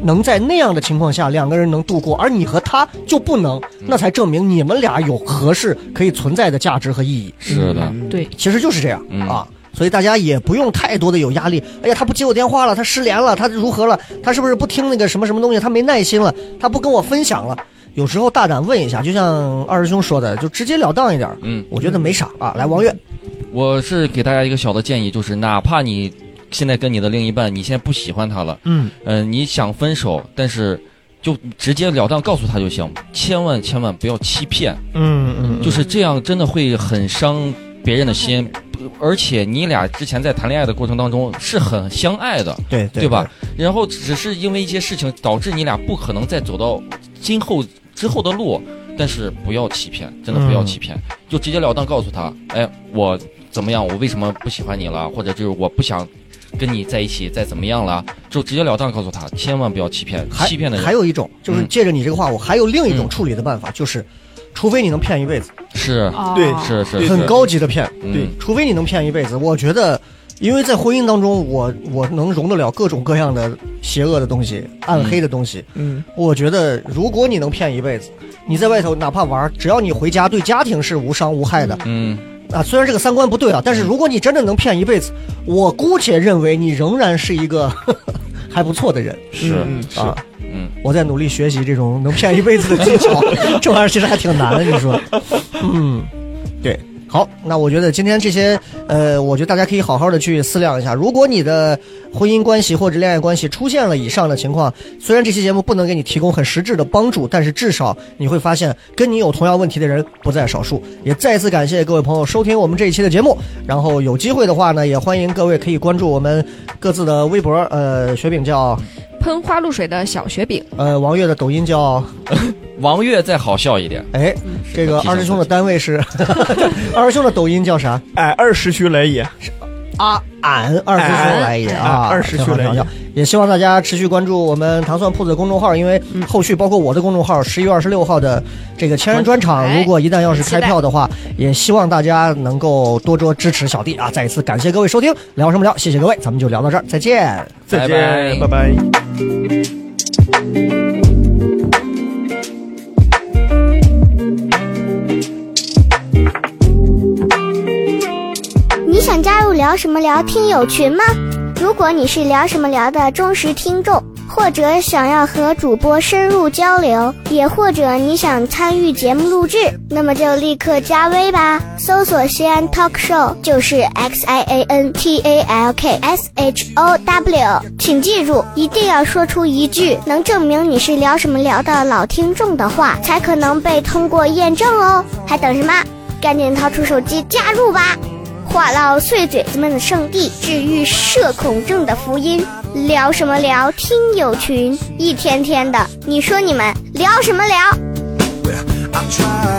能在那样的情况下，两个人能度过，而你和他就不能，那才证明你们俩有合适可以存在的价值和意义。是的，嗯对，其实就是这样、嗯啊。所以大家也不用太多的有压力。哎呀，他不接我电话了，他失联了，他如何了？他是不是不听那个什么什么东西？他没耐心了，他不跟我分享了。有时候大胆问一下，就像二师兄说的，就直截了当一点儿。嗯，我觉得没啥啊。来，王悦，我是给大家一个小的建议，就是哪怕你现在跟你的另一半，你现在不喜欢他了，嗯，嗯、你想分手，但是就直截了当告诉他就行，千万千万不要欺骗，嗯嗯，就是这样，真的会很伤别人的心。而且你俩之前在谈恋爱的过程当中是很相爱的，对对吧？？然后只是因为一些事情导致你俩不可能再走到今后之后的路，但是不要欺骗，真的不要欺骗，嗯就直截了当告诉他，哎，我怎么样，我为什么不喜欢你了，或者就是我不想跟你在一起，再怎么样了，就直截了当告诉他，千万不要欺骗，还欺骗的还人有一种，就是嗯借着你这个话，我还有另一种嗯处理的办法，就是，除非你能骗一辈子，是哦对是是很，高级的骗，是对嗯除非你能骗一辈子。我觉得，因为在婚姻当中，我我能容得了各种各样的邪恶的东西、暗黑的东西。嗯，我觉得，如果你能骗一辈子，你在外头哪怕玩，只要你回家对家庭是无伤无害的嗯，啊。虽然这个三观不对啊，嗯但是如果你真的能骗一辈子，我姑且认为你仍然是一个 还不错的人。是嗯嗯是啊，嗯，我在努力学习这种能骗一辈子的技巧，这玩意儿其实还挺难的，你说？嗯，对。好，那我觉得今天这些，呃，我觉得大家可以好好的去思量一下。如果你的婚姻关系或者恋爱关系出现了以上的情况，虽然这期节目不能给你提供很实质的帮助，但是至少你会发现跟你有同样问题的人不在少数。也再次感谢各位朋友收听我们这一期的节目。然后有机会的话呢，也欢迎各位可以关注我们各自的微博，呃，雪饼叫 喷花露水的小雪饼，呃，王月的抖音叫王悦再好笑一点，哎，这个提醒二师兄自的己单位是二师兄的抖音叫啥？矮哎二师兄来也，啊，俺二师兄来也哎啊，二师兄挺好来也挺好也希望大家持续关注我们糖蒜铺子的公众号，因为后续包括我的公众号，十一月二十六号的这个千人专场，哎如果一旦要是期开待票的话，也希望大家能够多多支持小弟啊！再一次感谢各位收听，聊什么聊？谢谢各位，咱们就聊到这儿，再见。再拜见，拜拜拜。你想加入聊什么聊听友群吗？如果你是聊什么聊的忠实听众，或者想要和主播深入交流，也或者你想参与节目录制，那么就立刻加微吧，搜索西安 Talk Show 就是 X I A N T A L K S H O W，请记住，一定要说出一句能证明你是聊什么聊的老听众的话，才可能被通过验证哦。还等什么？赶紧掏出手机加入吧！话唠碎嘴子们的圣地，治愈社恐症的福音。聊什么聊？听友群一天天的，你说你们聊什么聊？ I try